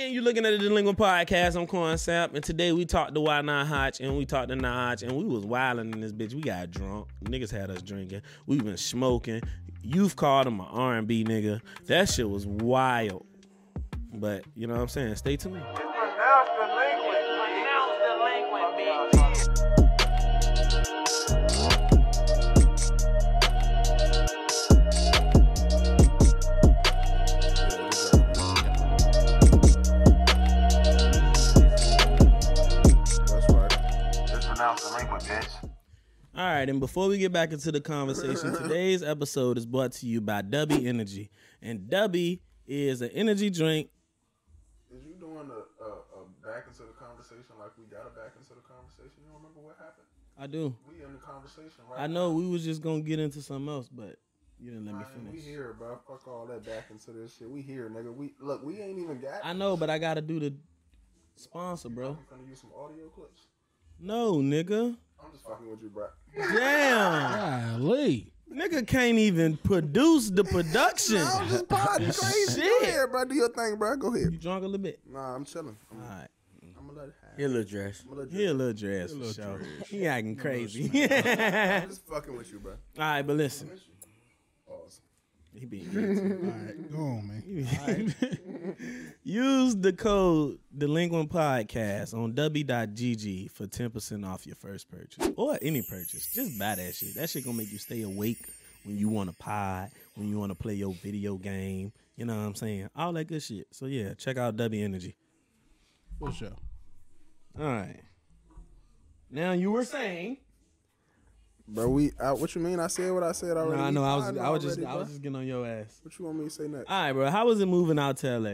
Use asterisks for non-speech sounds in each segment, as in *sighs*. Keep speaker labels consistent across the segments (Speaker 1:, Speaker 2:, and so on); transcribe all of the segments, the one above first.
Speaker 1: in. You looking at the Delinquent Podcast. I'm Concept, and today we talked to Why Not Hotch, and we talked to Notch, and we was wilding in this bitch. We got drunk. Niggas had us drinking. We been smoking. You've called him an R&B nigga. That shit was wild. But you know what I'm saying. Stay tuned.
Speaker 2: Pronounce the language.
Speaker 3: That's right.
Speaker 2: Pronounce the language, bitch.
Speaker 1: All right, and before we get back into the
Speaker 3: *laughs*
Speaker 1: conversation, today's episode is brought to you by Dubby Energy, and Dubby is an energy drink.
Speaker 3: Is you doing a, a, a back into the conversation like we got a back into the conversation? You don't remember what happened?
Speaker 1: I do.
Speaker 3: We in the conversation right
Speaker 1: I know we was just gonna get into something else, but you didn't let
Speaker 3: now.
Speaker 1: me
Speaker 3: Man, we
Speaker 1: finish.
Speaker 3: here, bro. Fuck all that back into this shit. We here, nigga. We look. We ain't even got.
Speaker 1: I know, but I gotta do the sponsor, bro.
Speaker 3: I'm gonna use some audio clips.
Speaker 1: No, nigga.
Speaker 3: I'm just fucking with you, *laughs* bro.
Speaker 1: Damn,
Speaker 4: Golly.
Speaker 1: nigga can't even produce the production. *laughs*
Speaker 3: I'm just potting crazy. Go
Speaker 1: Shit.
Speaker 3: ahead, bro. Do your thing, bro. Go
Speaker 1: You
Speaker 3: ahead.
Speaker 1: drunk a little bit.
Speaker 3: Nah, I'm chilling. I'm,
Speaker 1: All right,
Speaker 3: I'm gonna let it happen.
Speaker 5: Here, little dress.
Speaker 3: I'm gonna let
Speaker 1: he a
Speaker 3: you.
Speaker 1: little dress for
Speaker 4: little
Speaker 1: sure.
Speaker 4: dress.
Speaker 1: He acting crazy. *laughs*
Speaker 3: I'm
Speaker 1: All
Speaker 3: just fucking with you, bro.
Speaker 1: right, but listen,
Speaker 3: Pause.
Speaker 1: he being.
Speaker 4: All right, go on, man.
Speaker 1: Use the code Delinquent Podcast on W.GG for 10% off your first purchase or any purchase. Just buy that shit. That shit gonna make you stay awake when you wanna pod, when you wanna play your video game. You know what I'm saying? All that good shit. So yeah, check out W Energy.
Speaker 4: For sure.
Speaker 1: All right. Now you were saying
Speaker 3: Bro, we. I, what you mean? I said what I said
Speaker 1: No,
Speaker 3: already.
Speaker 1: I know I was
Speaker 3: Fine
Speaker 1: I was just
Speaker 3: already,
Speaker 1: I was
Speaker 3: bruh.
Speaker 1: just getting on your ass.
Speaker 3: What you want me to say next?
Speaker 1: All right, bro. How was it moving out to LA?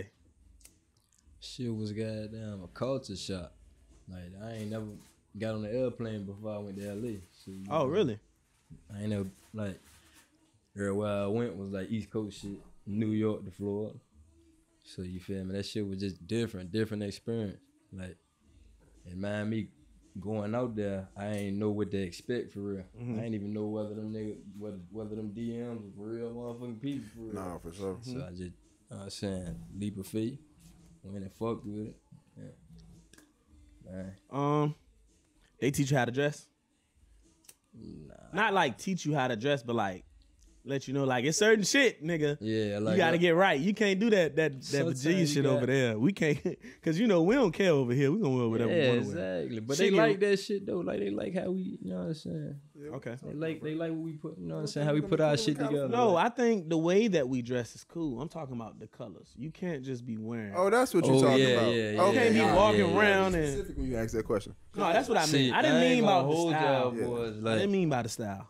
Speaker 5: Shit was goddamn a culture shock. Like I ain't never got on the airplane before I went to LA. So, you
Speaker 1: Oh,
Speaker 5: know,
Speaker 1: really?
Speaker 5: I ain't never like. Everywhere I went was like East Coast shit, New York to Florida. So you feel me? That shit was just different, different experience. Like, and mind me, going out there, I ain't know what to expect for real.
Speaker 1: Mm-hmm.
Speaker 5: I ain't even know whether them niggas, whether, whether them DMs was real motherfucking people for real.
Speaker 3: Nah, for sure.
Speaker 5: So I just, you know what I'm saying, leap of faith, went and fucked with it. Yeah. Man,
Speaker 1: Um they teach you how to dress? Not like teach you how to dress, but like let you know like it's certain shit, nigga.
Speaker 5: yeah, like uh,
Speaker 1: you gotta get right. You can't do that that that
Speaker 5: Sometimes
Speaker 1: Virginia
Speaker 5: you
Speaker 1: shit
Speaker 5: got-
Speaker 1: over there. We can't, *laughs* cause you know we don't care over here. We gonna wear
Speaker 5: yeah,
Speaker 1: whatever we want to wear.
Speaker 5: exactly. But they
Speaker 1: Shit, you-
Speaker 5: like that shit though. Like they like how we, you know what I'm saying.
Speaker 1: Okay.
Speaker 5: They like they like what we put, you know what I'm saying.
Speaker 3: think
Speaker 5: How we
Speaker 3: we're
Speaker 5: put
Speaker 3: gonna
Speaker 5: our
Speaker 3: do in
Speaker 5: shit together.
Speaker 1: No, I think the way that we dress is cool. I'm talking about the colors. You can't just be wearing.
Speaker 3: Oh, that's what you
Speaker 5: Oh,
Speaker 3: talking
Speaker 5: yeah,
Speaker 3: about.
Speaker 5: yeah, yeah,
Speaker 3: okay,
Speaker 1: can't be
Speaker 5: yeah,
Speaker 1: walking
Speaker 5: yeah.
Speaker 1: around and.
Speaker 3: specific when you ask that question.
Speaker 1: No, that's what I mean.
Speaker 5: See,
Speaker 1: I didn't
Speaker 5: ain't
Speaker 1: mean
Speaker 5: gonna
Speaker 1: about the
Speaker 5: hold
Speaker 1: style.
Speaker 5: y'all boys.
Speaker 1: I
Speaker 5: Like
Speaker 1: didn't mean by the style.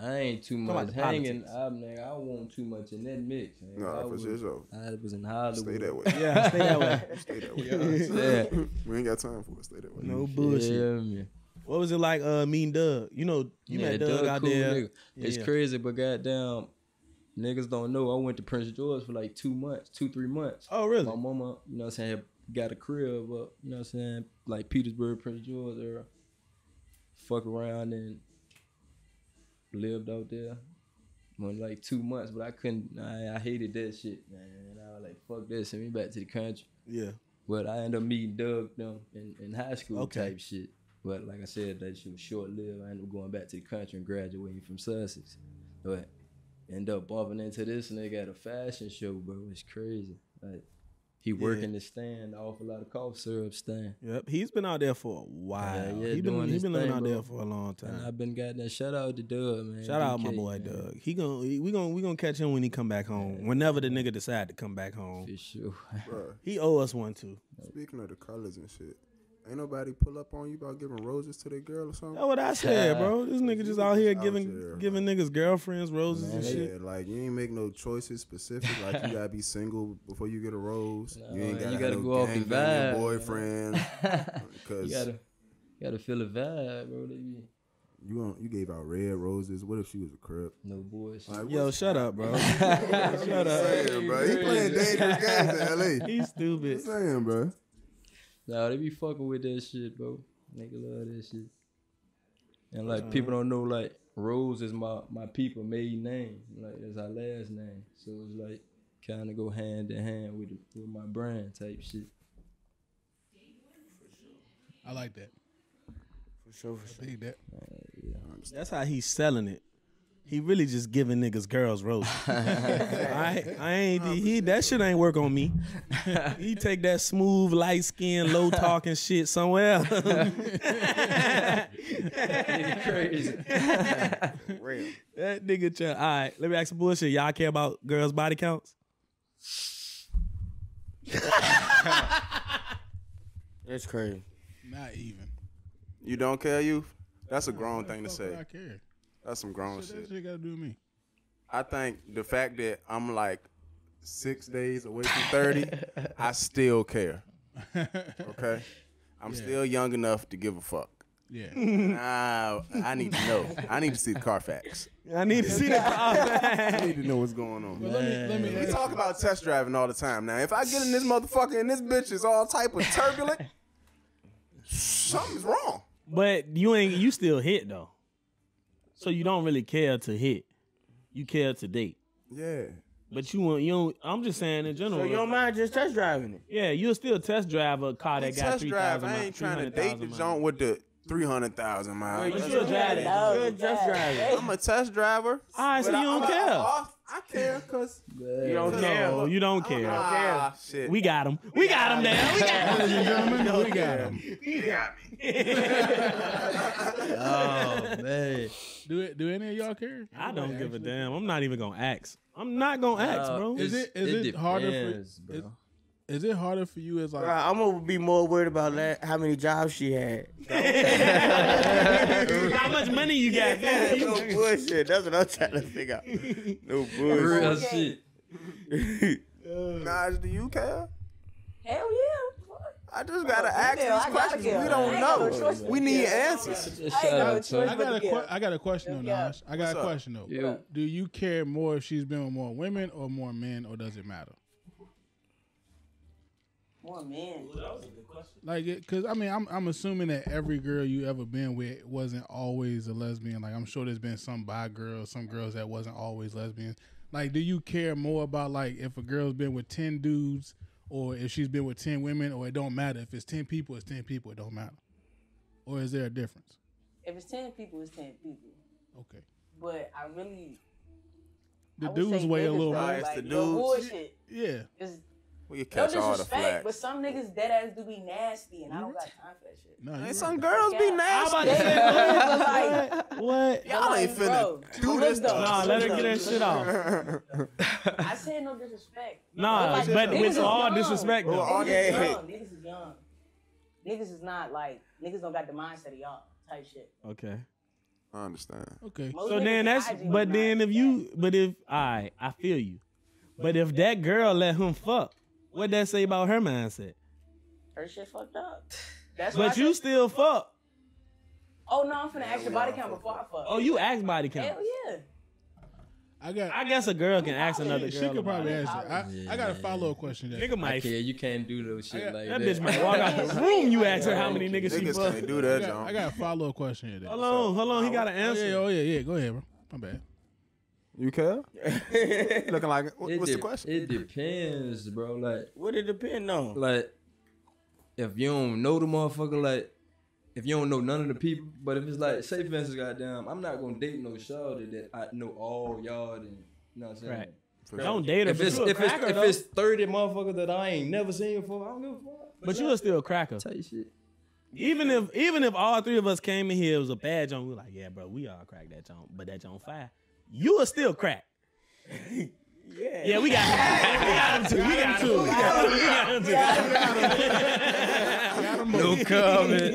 Speaker 5: I ain't too
Speaker 1: about
Speaker 5: much
Speaker 1: the
Speaker 5: hanging.
Speaker 1: politics.
Speaker 5: I'm nigga. I want too much in that mix. man.
Speaker 3: No,
Speaker 5: I
Speaker 3: for
Speaker 5: was,
Speaker 3: sure. so
Speaker 5: I was in
Speaker 3: Stay
Speaker 5: Hollywood.
Speaker 3: that way.
Speaker 1: *laughs* Yeah, stay that way.
Speaker 5: *laughs*
Speaker 3: Stay that way.
Speaker 5: Yeah.
Speaker 3: we ain't got time for it. Stay that way.
Speaker 1: No bullshit.
Speaker 5: Yeah, man.
Speaker 1: What was it like? Uh, mean Doug. You know, you met Doug, out
Speaker 5: cool
Speaker 1: there.
Speaker 5: nigga. It's
Speaker 1: Yeah.
Speaker 5: crazy, but goddamn, niggas don't know. I went to Prince George for like two months, two, three months.
Speaker 1: Oh, really?
Speaker 5: My mama, you know what I'm saying, got a crib up, you know what I'm saying, like Petersburg, Prince George era. Fuck around and lived out there. Went like two months, but I couldn't, I, I hated that shit, man. I was like, fuck this, send me back to the country.
Speaker 1: Yeah.
Speaker 5: But I ended up meeting Doug them in, in high school
Speaker 1: Okay.
Speaker 5: type shit. But like I said, that shit was short lived. I ended up going back to the country and graduating from Sussex. But end up bumping into this and they got a fashion show, bro. It's crazy. Like he working the stand, an awful lot of cough syrup stand.
Speaker 1: Yep. He's been out there for a while.
Speaker 5: Yeah, yeah,
Speaker 1: he been
Speaker 5: doing
Speaker 1: he
Speaker 5: his
Speaker 1: been living
Speaker 5: thing,
Speaker 1: out
Speaker 5: bro.
Speaker 1: there for a long
Speaker 5: And
Speaker 1: time.
Speaker 5: I've been gotten that shout out to Doug, man.
Speaker 1: Uh-huh. Shout out my
Speaker 5: DK,
Speaker 1: boy
Speaker 5: man.
Speaker 1: Doug. He gon' we gon' we gonna catch him when he come back home. Whenever the nigga decide to come back home,
Speaker 5: For sure. *laughs*
Speaker 3: Bruh,
Speaker 1: he owe us one too.
Speaker 3: speaking of the colors and shit, ain't nobody pull up on you about giving roses to their girl or something?
Speaker 1: That's what I said, bro.
Speaker 5: *laughs*
Speaker 1: This nigga just out here giving
Speaker 3: there,
Speaker 1: giving niggas girlfriends roses and
Speaker 3: yeah,
Speaker 1: shit.
Speaker 3: like you ain't make no choices specific. Like you gotta be single before you get a rose. you ain't
Speaker 5: No,
Speaker 3: gotta,
Speaker 5: you gotta
Speaker 3: have
Speaker 5: go
Speaker 3: no
Speaker 5: off the
Speaker 3: gangbanging
Speaker 5: vibe, you know?
Speaker 3: boyfriend.
Speaker 5: you
Speaker 3: Because
Speaker 5: gotta you gotta feel the vibe, bro. They be
Speaker 3: you don't- you gave out red roses. What if she was a crib?
Speaker 5: no bullshit.
Speaker 3: Like,
Speaker 1: Yo,
Speaker 3: what's
Speaker 1: shut up, bro.
Speaker 3: shut
Speaker 5: *laughs*
Speaker 3: up, bro. He playing dangerous games in L.A.
Speaker 1: *laughs*
Speaker 3: What
Speaker 1: He's stupid.
Speaker 3: you saying, bro?
Speaker 5: Nah, they be fucking with that shit, bro. Nigga love that shit. And like people don't know like Rose is my my people made name. Like that's our last name. So it's like kinda go hand in hand with with my brand type shit. *laughs*
Speaker 4: I like that.
Speaker 1: For sure, for sure.
Speaker 4: Dig that.
Speaker 1: That's how he's selling it. He really just giving niggas girls roses. I I ain't he that shit ain't work on me. He take that smooth, light skin, low talking shit somewhere else. *laughs*
Speaker 5: Nigga crazy.
Speaker 6: Real.
Speaker 1: That nigga try. All right, let me ask some bullshit. Y'all care about girls' body counts?
Speaker 6: That's crazy.
Speaker 4: Not even.
Speaker 3: You don't care, you? That's a grown thing to
Speaker 4: Fuck would I
Speaker 3: say.
Speaker 4: care.
Speaker 3: That's some grown
Speaker 4: Shit,
Speaker 3: shit.
Speaker 4: that shit got to do with me.
Speaker 3: I think the fact that I'm like six days away from 30, I still care. Okay? I'm still young enough to give a fuck.
Speaker 1: *laughs*
Speaker 4: Yeah.
Speaker 3: Ah, I need to know. I need to see the Carfax.
Speaker 1: I need to see that. *laughs*
Speaker 3: I need to know what's going on.
Speaker 4: But let me let me
Speaker 3: We
Speaker 4: ask,
Speaker 3: talk about test driving all the time. Now, if I get in this motherfucker and this bitch is all type of turbulent, something's wrong.
Speaker 1: but you ain't you still hit though, so you don't really care to hit. You care to date,
Speaker 3: Yeah.
Speaker 1: but you want you. Don't, I'm just saying in general.
Speaker 6: So you don't mind just test driving it?
Speaker 1: yeah, you'll still test drive a car that got
Speaker 3: Test
Speaker 1: three
Speaker 3: drive.
Speaker 1: thousand.
Speaker 3: I ain't trying to date the joint with the three hundred thousand miles.
Speaker 1: You still drive it. All
Speaker 6: Good test driving.
Speaker 3: I'm a test driver.
Speaker 1: right, so you don't care.
Speaker 3: I care because
Speaker 6: You don't
Speaker 1: No,
Speaker 6: care.
Speaker 1: you don't care.
Speaker 3: ah, shit.
Speaker 1: We got him. We got him there. We
Speaker 3: *laughs*
Speaker 1: got him.
Speaker 4: ladies and gentlemen, we got him.
Speaker 5: Oh man.
Speaker 4: Do it? Do any of y'all care?
Speaker 1: I don't give a damn. I'm not even gonna ask. I'm not gonna ask,
Speaker 5: Uh,
Speaker 1: bro.
Speaker 4: Is it is it, harder for
Speaker 5: depends,
Speaker 4: is,
Speaker 5: bro.
Speaker 4: is it harder for you as like
Speaker 6: Bro, I'm gonna be more worried about that, how many jobs she had.
Speaker 1: How much money you got?
Speaker 7: *laughs*
Speaker 6: no bullshit. That's what I'm trying to figure out. No
Speaker 5: Real
Speaker 6: bullshit.
Speaker 5: shit.
Speaker 3: *laughs* Naj, do you care?
Speaker 7: Hell yeah.
Speaker 3: I just gotta ask
Speaker 7: I
Speaker 3: these
Speaker 7: gotta
Speaker 3: questions.
Speaker 7: care.
Speaker 3: We
Speaker 7: I
Speaker 3: don't
Speaker 7: ain't got no
Speaker 3: know.
Speaker 7: choice
Speaker 3: We
Speaker 7: but
Speaker 3: need
Speaker 7: care.
Speaker 3: answers.
Speaker 5: Just
Speaker 7: ain't
Speaker 5: shut
Speaker 7: no
Speaker 5: up,
Speaker 7: choice
Speaker 5: son.
Speaker 4: I got a
Speaker 7: Yeah.
Speaker 4: que- I got a question though,
Speaker 7: Yeah.
Speaker 4: Naj. I got
Speaker 3: What's
Speaker 4: a
Speaker 3: up?
Speaker 4: question though.
Speaker 5: Yeah.
Speaker 4: Do you care more if she's been with more women or more men, or does it matter?
Speaker 7: More men.
Speaker 4: Like, it, cause I mean, I'm I'm assuming that every girl you ever been with wasn't always a lesbian. Like, I'm sure there's been some bi girls, some girls that wasn't always lesbians. Like, do you care more about like if a girl's been with ten dudes, or if she's been with ten women, or it don't matter if it's ten people, it's ten people, it don't matter, or is there a difference?
Speaker 7: If it's 10 people, it's 10 people.
Speaker 4: Okay,
Speaker 7: But I really.
Speaker 4: the
Speaker 7: I would
Speaker 4: dudes
Speaker 7: say
Speaker 4: weigh a
Speaker 7: women
Speaker 4: little
Speaker 7: probably
Speaker 4: more.
Speaker 3: Right, it's the
Speaker 7: no
Speaker 3: dudes.
Speaker 7: bullshit.
Speaker 4: Yeah,
Speaker 7: It's-
Speaker 3: We
Speaker 7: No
Speaker 3: catch all the
Speaker 7: disrespect,
Speaker 3: flack.
Speaker 7: but some niggas dead ass do be nasty, and I don't got time for that shit.
Speaker 4: no, you're
Speaker 3: And
Speaker 4: right.
Speaker 3: some girls be
Speaker 7: Yeah.
Speaker 3: nasty.
Speaker 1: about to say,
Speaker 7: But like,
Speaker 1: what?
Speaker 3: *laughs* Y'all ain't
Speaker 7: like, bro,
Speaker 3: finna do
Speaker 7: look
Speaker 3: this.
Speaker 7: though,
Speaker 3: to
Speaker 1: Nah,
Speaker 3: us.
Speaker 1: let her get that shit off.
Speaker 7: I said no disrespect.
Speaker 1: *laughs* Nah,
Speaker 7: Like,
Speaker 1: but
Speaker 7: niggas
Speaker 1: with
Speaker 7: is
Speaker 1: all
Speaker 7: young.
Speaker 1: disrespect,
Speaker 3: Well,
Speaker 1: though.
Speaker 3: all
Speaker 7: Niggas
Speaker 3: that
Speaker 7: is
Speaker 3: hate.
Speaker 7: young. Niggas is young. Niggas is not like niggas don't got the mindset of y'all type shit.
Speaker 1: Okay.
Speaker 3: *laughs* I understand.
Speaker 4: Okay,
Speaker 7: Most
Speaker 1: So
Speaker 7: niggas
Speaker 1: then that's,
Speaker 7: IG
Speaker 1: but
Speaker 7: not
Speaker 1: then if
Speaker 7: that.
Speaker 1: you, but if, all right, I feel you. But if that girl let him fuck, what that say about her mindset?
Speaker 7: her shit fucked up. That's why I
Speaker 1: But you
Speaker 7: said-
Speaker 1: still fuck.
Speaker 7: Oh no, I'm finna ask your body count before I fuck.
Speaker 1: Oh, you ask body count.
Speaker 7: Hell yeah.
Speaker 4: I got.
Speaker 1: I guess a girl can ask another
Speaker 4: she
Speaker 1: girl.
Speaker 4: could
Speaker 1: about
Speaker 4: probably
Speaker 1: it.
Speaker 4: answer. I, I got a follow up question. There.
Speaker 1: Nigga
Speaker 5: I
Speaker 1: might.
Speaker 5: care. You can't do those shit
Speaker 4: got-
Speaker 5: like
Speaker 1: That
Speaker 5: that.
Speaker 1: bitch might walk out the room. You ask her how many niggas she
Speaker 3: Niggas
Speaker 1: fuck.
Speaker 3: can't do that,
Speaker 4: I got, I
Speaker 3: John.
Speaker 4: got a follow up question here. There.
Speaker 1: Hold on, hold on. He got to
Speaker 4: Oh, yeah,
Speaker 1: answer.
Speaker 4: oh yeah, yeah. Go ahead, bro. My bad.
Speaker 3: You care? Looking like wh- what's
Speaker 5: It
Speaker 3: the
Speaker 5: de-
Speaker 3: question?
Speaker 5: It depends, bro. Like,
Speaker 6: What it depend on?
Speaker 5: like if you don't know the motherfucker, like if you don't know none of the people, but if it's like say for instance, goddamn, I'm not gonna date no shawty that I know all y'all and you know what I'm saying.
Speaker 1: Right. Don't date her.
Speaker 5: If
Speaker 1: but
Speaker 5: it's
Speaker 1: you a
Speaker 5: if it's
Speaker 1: cracker,
Speaker 5: if
Speaker 1: though.
Speaker 5: it's thirty motherfuckers that I ain't never seen before, I don't give a fuck.
Speaker 1: But you are still a cracker.
Speaker 5: Tell you shit.
Speaker 1: Even if even if all three of us came in here, it was a bad joint. We were like, yeah, bro, we all crack that joint, but that joint fire. You are still
Speaker 5: *laughs*
Speaker 1: crack. yeah. Yeah, we got *laughs* him. We got him too. We got him too. We got him too. We got him too.
Speaker 5: No comment.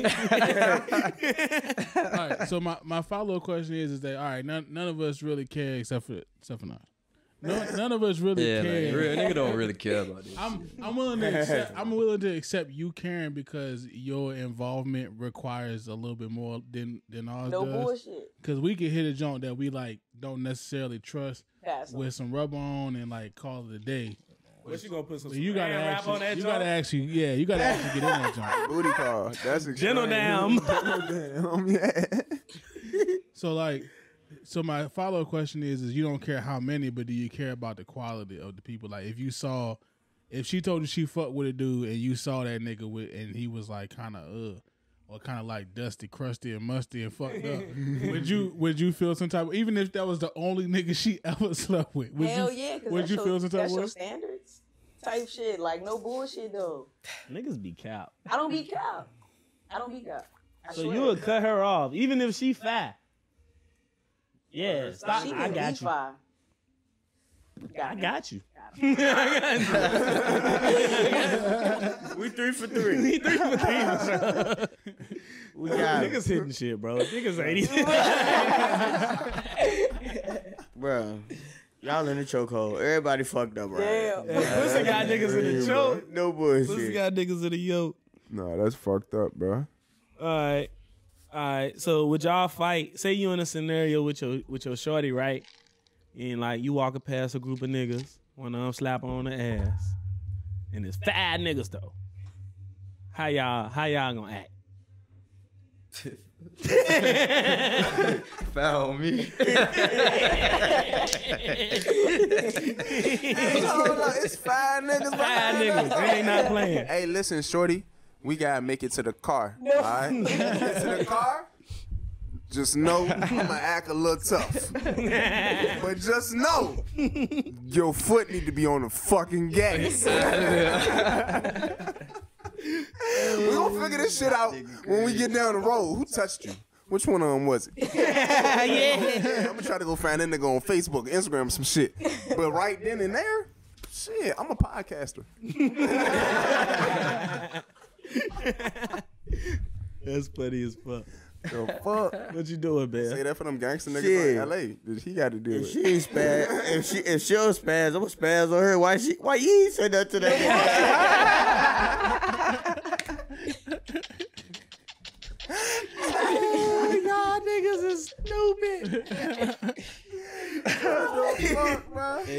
Speaker 4: all right. So my, my follow up question is is that all right? None, none of us really care except for except for not.
Speaker 7: *laughs*
Speaker 4: None, none of us really
Speaker 5: yeah,
Speaker 4: care.
Speaker 5: like, real nigga don't really
Speaker 1: *laughs*
Speaker 5: care about this.
Speaker 4: I'm I'm willing to accept I'm willing to accept you caring because your involvement requires a little bit more than than ours
Speaker 7: No
Speaker 4: does.
Speaker 7: bullshit.
Speaker 4: Because we can hit a joint that we like don't necessarily trust
Speaker 7: Pass on.
Speaker 4: with some rub on and like call it a day.
Speaker 1: But you gonna put some
Speaker 4: But you gotta
Speaker 1: saran
Speaker 4: actually, you gotta actually yeah you gotta actually get in that
Speaker 1: *laughs*
Speaker 4: joint.
Speaker 3: Booty call. That's
Speaker 1: Gentle down.
Speaker 3: extreme.
Speaker 5: *laughs*
Speaker 6: *laughs*
Speaker 3: Damn, yeah.
Speaker 4: So like, so my follow up question is: is you don't care how many, but do you care about the quality of the people? Like, if you saw, if she told you she fucked with a dude and you saw that nigga with, and he was like kind of uh, or kind of like dusty, crusty, and musty and fucked up, would you would you feel some type of even if that was the only nigga she *laughs* ever slept with? Would
Speaker 7: Hell
Speaker 4: you,
Speaker 7: yeah, because
Speaker 4: Would
Speaker 7: that's
Speaker 4: you
Speaker 7: your,
Speaker 4: feel some type
Speaker 7: that's
Speaker 4: of
Speaker 7: your
Speaker 4: way?
Speaker 7: standards type shit. Like no bullshit though.
Speaker 1: Niggas be cap.
Speaker 7: I don't be cap. I don't be cap. I
Speaker 1: So
Speaker 7: swear.
Speaker 1: you would cut her off, even if she fat. Yeah, stop.
Speaker 7: She
Speaker 1: I
Speaker 7: can
Speaker 1: got
Speaker 7: be
Speaker 1: you.
Speaker 7: fine.
Speaker 1: I got
Speaker 7: *laughs*
Speaker 1: you. *laughs*
Speaker 7: Got
Speaker 6: We three for
Speaker 3: *laughs*
Speaker 6: three.
Speaker 1: Three for three, bro.
Speaker 6: We got it.
Speaker 1: Niggas hitting shit, bro. Niggas ain't even.
Speaker 7: *laughs*
Speaker 1: *laughs*
Speaker 6: Bro, y'all in the chokehold. Everybody fucked up right
Speaker 7: Damn.
Speaker 1: Pussy got niggas in the choke.
Speaker 6: No
Speaker 1: Pussy
Speaker 6: bullshit.
Speaker 1: got niggas in the yoke.
Speaker 3: No, that's fucked up, bro.
Speaker 1: All right. All right. So would y'all fight? Say you in a scenario with your with your shorty, right? And like you walking past a group of niggas, one of them slap her on the ass, and it's five niggas though. How y'all how y'all gonna act?
Speaker 5: Foul on
Speaker 6: *laughs*
Speaker 5: me.
Speaker 3: Hold on, it's five niggas.
Speaker 1: Five niggas, they ain't not playing.
Speaker 3: Hey, listen, shorty, we gotta make it to the car. All right, get to the car. Just know I'ma act a little tough, but just know your foot need to be on the fucking gas. we gonna figure this shit out when we get down the road. Who touched you? Which one of them was it? yeah, I'm gonna try to go find that nigga on Facebook, Instagram, some shit. But right then and there, shit, I'm a podcaster.
Speaker 1: That's funny as fuck.
Speaker 3: The fuck?
Speaker 1: What you doing,
Speaker 3: Say
Speaker 1: man?
Speaker 3: that for them gangster niggas
Speaker 6: Shit.
Speaker 3: from LA. He got to do
Speaker 6: If
Speaker 3: it.
Speaker 6: she ain't spaz, if she if she'll spaz, I'm gonna spaz on her. Why she? Why you ain't say nothing to that? *laughs*
Speaker 5: hey,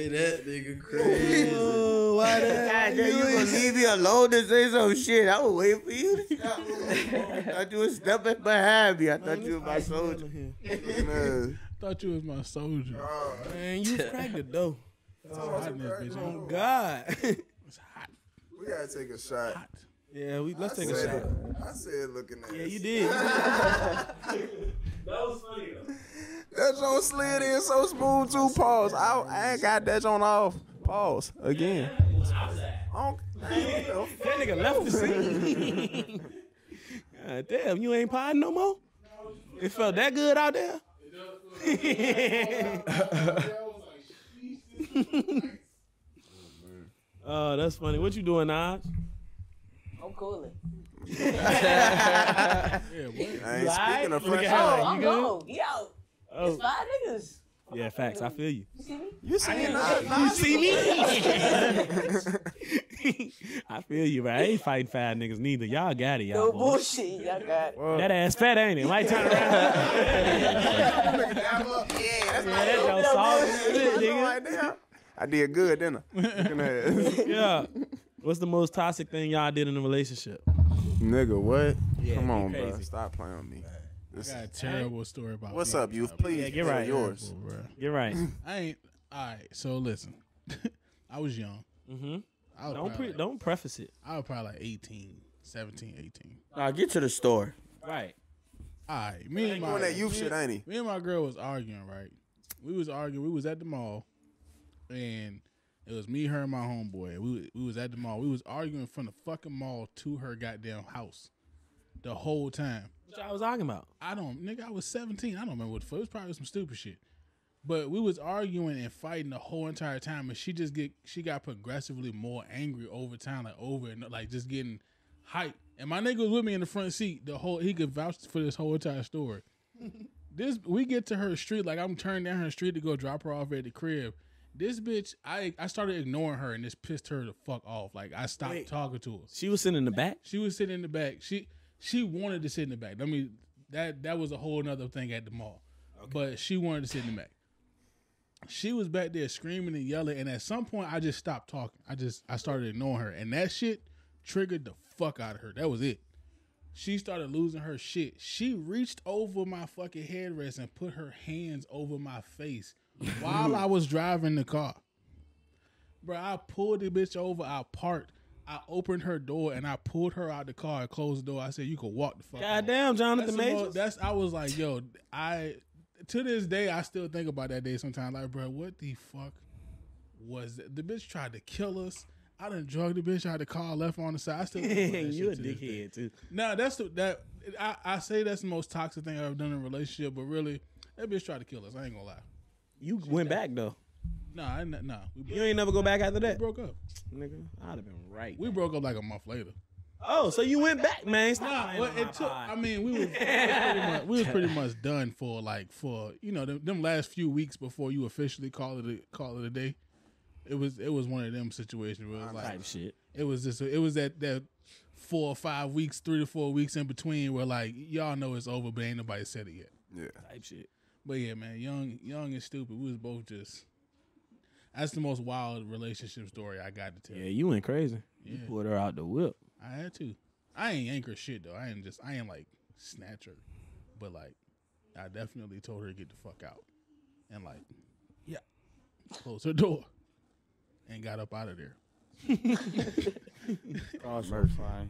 Speaker 5: that nigga crazy.
Speaker 6: why that? you gonna leave me alone to say some shit? I would wait for you to stop. I thought you was stepping behind me. I thought you were my soldier.
Speaker 3: Man.
Speaker 4: Thought you was my soldier.
Speaker 1: Man, you cracked the dough.
Speaker 4: Hot in this bitch. ain't it?
Speaker 1: God. *laughs*
Speaker 4: It's hot.
Speaker 3: We got to take a shot.
Speaker 1: yeah, we let's take
Speaker 3: I
Speaker 1: a
Speaker 3: said,
Speaker 1: shot.
Speaker 3: I said looking at
Speaker 1: Yeah, you
Speaker 3: us.
Speaker 1: did.
Speaker 3: That joint slid in so smooth, too. Pause. I, I ain't got that joint off. Pause. Again. I don't-
Speaker 1: That nigga left the scene. *laughs* God damn, you ain't potting no more? It felt that good out there? *laughs* Oh, that's funny. What you doing, Naj?
Speaker 7: I'm cooling.
Speaker 3: I ain't speaking of
Speaker 1: Look at
Speaker 3: French.
Speaker 1: her.
Speaker 7: Oh,
Speaker 1: you
Speaker 7: I'm
Speaker 1: good?
Speaker 7: gone. Get out.
Speaker 1: Oh,
Speaker 7: It's five niggas.
Speaker 1: yeah, facts. I feel you.
Speaker 7: You see me?
Speaker 3: You
Speaker 1: *laughs*
Speaker 3: seen *laughs* that?
Speaker 1: You see me? I feel you, right? I ain't fighting five niggas neither. Y'all got it,
Speaker 7: No
Speaker 1: y'all. boy.
Speaker 7: bullshit. Y'all got it.
Speaker 1: That ass fat, ain't it? Might *laughs* turn around.
Speaker 3: Yeah, that's
Speaker 1: That your soft as shit,
Speaker 3: my
Speaker 1: *laughs* nigga.
Speaker 3: right there. I did
Speaker 1: *laughs*
Speaker 3: good, didn't I? Looking at us.
Speaker 1: Yeah. What's the most toxic thing y'all did in a relationship?
Speaker 3: *laughs* Nigga, what?
Speaker 1: Yeah,
Speaker 3: Come
Speaker 1: you
Speaker 3: on,
Speaker 1: crazy.
Speaker 3: bro. Stop playing with me. This-
Speaker 4: Got a terrible story about
Speaker 3: What's
Speaker 4: me.
Speaker 3: up, youth? Please,
Speaker 1: get
Speaker 3: tell
Speaker 1: right.
Speaker 3: yours.
Speaker 4: Bro.
Speaker 1: You're right.
Speaker 4: I ain't. All right. So listen, *laughs* I was young.
Speaker 1: Mhm.
Speaker 4: I was
Speaker 1: Don't
Speaker 4: probably,
Speaker 1: pre- don't preface it.
Speaker 4: I was probably like 18, 17, 18.
Speaker 6: Nah, get to the store.
Speaker 1: Right.
Speaker 4: All right. Me and my
Speaker 3: Doing that youth shit, ain't he?
Speaker 4: me and my girl was arguing. Right. We was arguing. We was at the mall, and it was me, her, and my homeboy. We wa- we was at the mall. We was arguing from the fucking mall to her goddamn house, the whole time.
Speaker 1: What y'all was talking about?
Speaker 4: I don't, nigga, I was 17. I don't remember what the fuck. It was probably some stupid shit. But we was arguing and fighting the whole entire time, and she just get she got progressively more angry over time, like over and like just getting hyped. And my nigga was with me in the front seat. The whole he could vouch for this whole entire story. this we get to her street, like I'm turning down her street to go drop her off at the crib. This bitch, I I started ignoring her, and this pissed her the fuck off. Like I stopped talking to her.
Speaker 1: She was sitting in the back.
Speaker 4: She was sitting in the back. She she wanted to sit in the back. I mean, that that was a whole nother thing at the mall. But she wanted to sit in the back. She was back there screaming and yelling, and at some point I just stopped talking. I just I started ignoring her. And that shit triggered the fuck out of her. That was it. She started losing her shit. She reached over my fucking headrest and put her hands over my face while I was driving the car. Bro, I pulled the bitch over. I parked. I opened her door and I pulled her out the car and closed the door. I said, "You can walk the fuck."
Speaker 1: God
Speaker 4: home."
Speaker 1: damn, Jonathan
Speaker 4: That's, the mo-
Speaker 1: Majors.
Speaker 4: that's I was like, yo, I to this day I still think about that day sometimes. Like, bro, what the fuck was that? the bitch tried to kill us? I done drug the bitch out of the car, left on the side. I still think about that
Speaker 1: *laughs* you a
Speaker 4: shit to this day.
Speaker 1: dickhead too.
Speaker 4: No, that's the, that I, I say that's the most toxic thing I've done in a relationship, but really, that bitch tried to kill us. I ain't gonna lie.
Speaker 1: You went back though.
Speaker 4: No, I no, no. We, bro-
Speaker 1: You ain't never go back after that,
Speaker 4: we broke up.
Speaker 1: nigga. I'd have been right.
Speaker 4: We broke up like a month later.
Speaker 1: Oh, so you went back, man? Stop.
Speaker 4: Nah,
Speaker 1: playing
Speaker 4: well,
Speaker 1: on my
Speaker 4: it took.
Speaker 1: pod.
Speaker 4: I mean, we was, we was pretty much, we was pretty much done for like for you know them, them last few weeks before you officially call it a, call it a day. It was it was one of them situations where it was like
Speaker 1: type shit.
Speaker 4: it was just it was that that four or five weeks, three to four weeks in between where like y'all know it's over, but ain't nobody said it yet.
Speaker 3: Yeah.
Speaker 1: Type shit.
Speaker 4: But yeah, man, young young and stupid. We was both just. That's the most wild relationship story I got to tell.
Speaker 1: Yeah, you went crazy. You
Speaker 4: Yeah.
Speaker 1: pulled her out the whip.
Speaker 4: I had to. I ain't anchor shit though. I ain't just. I ain't like snatch her, but like, I definitely told her to get the fuck out, and like, yeah, close her door, and got up out of there.
Speaker 8: Crossroads fine.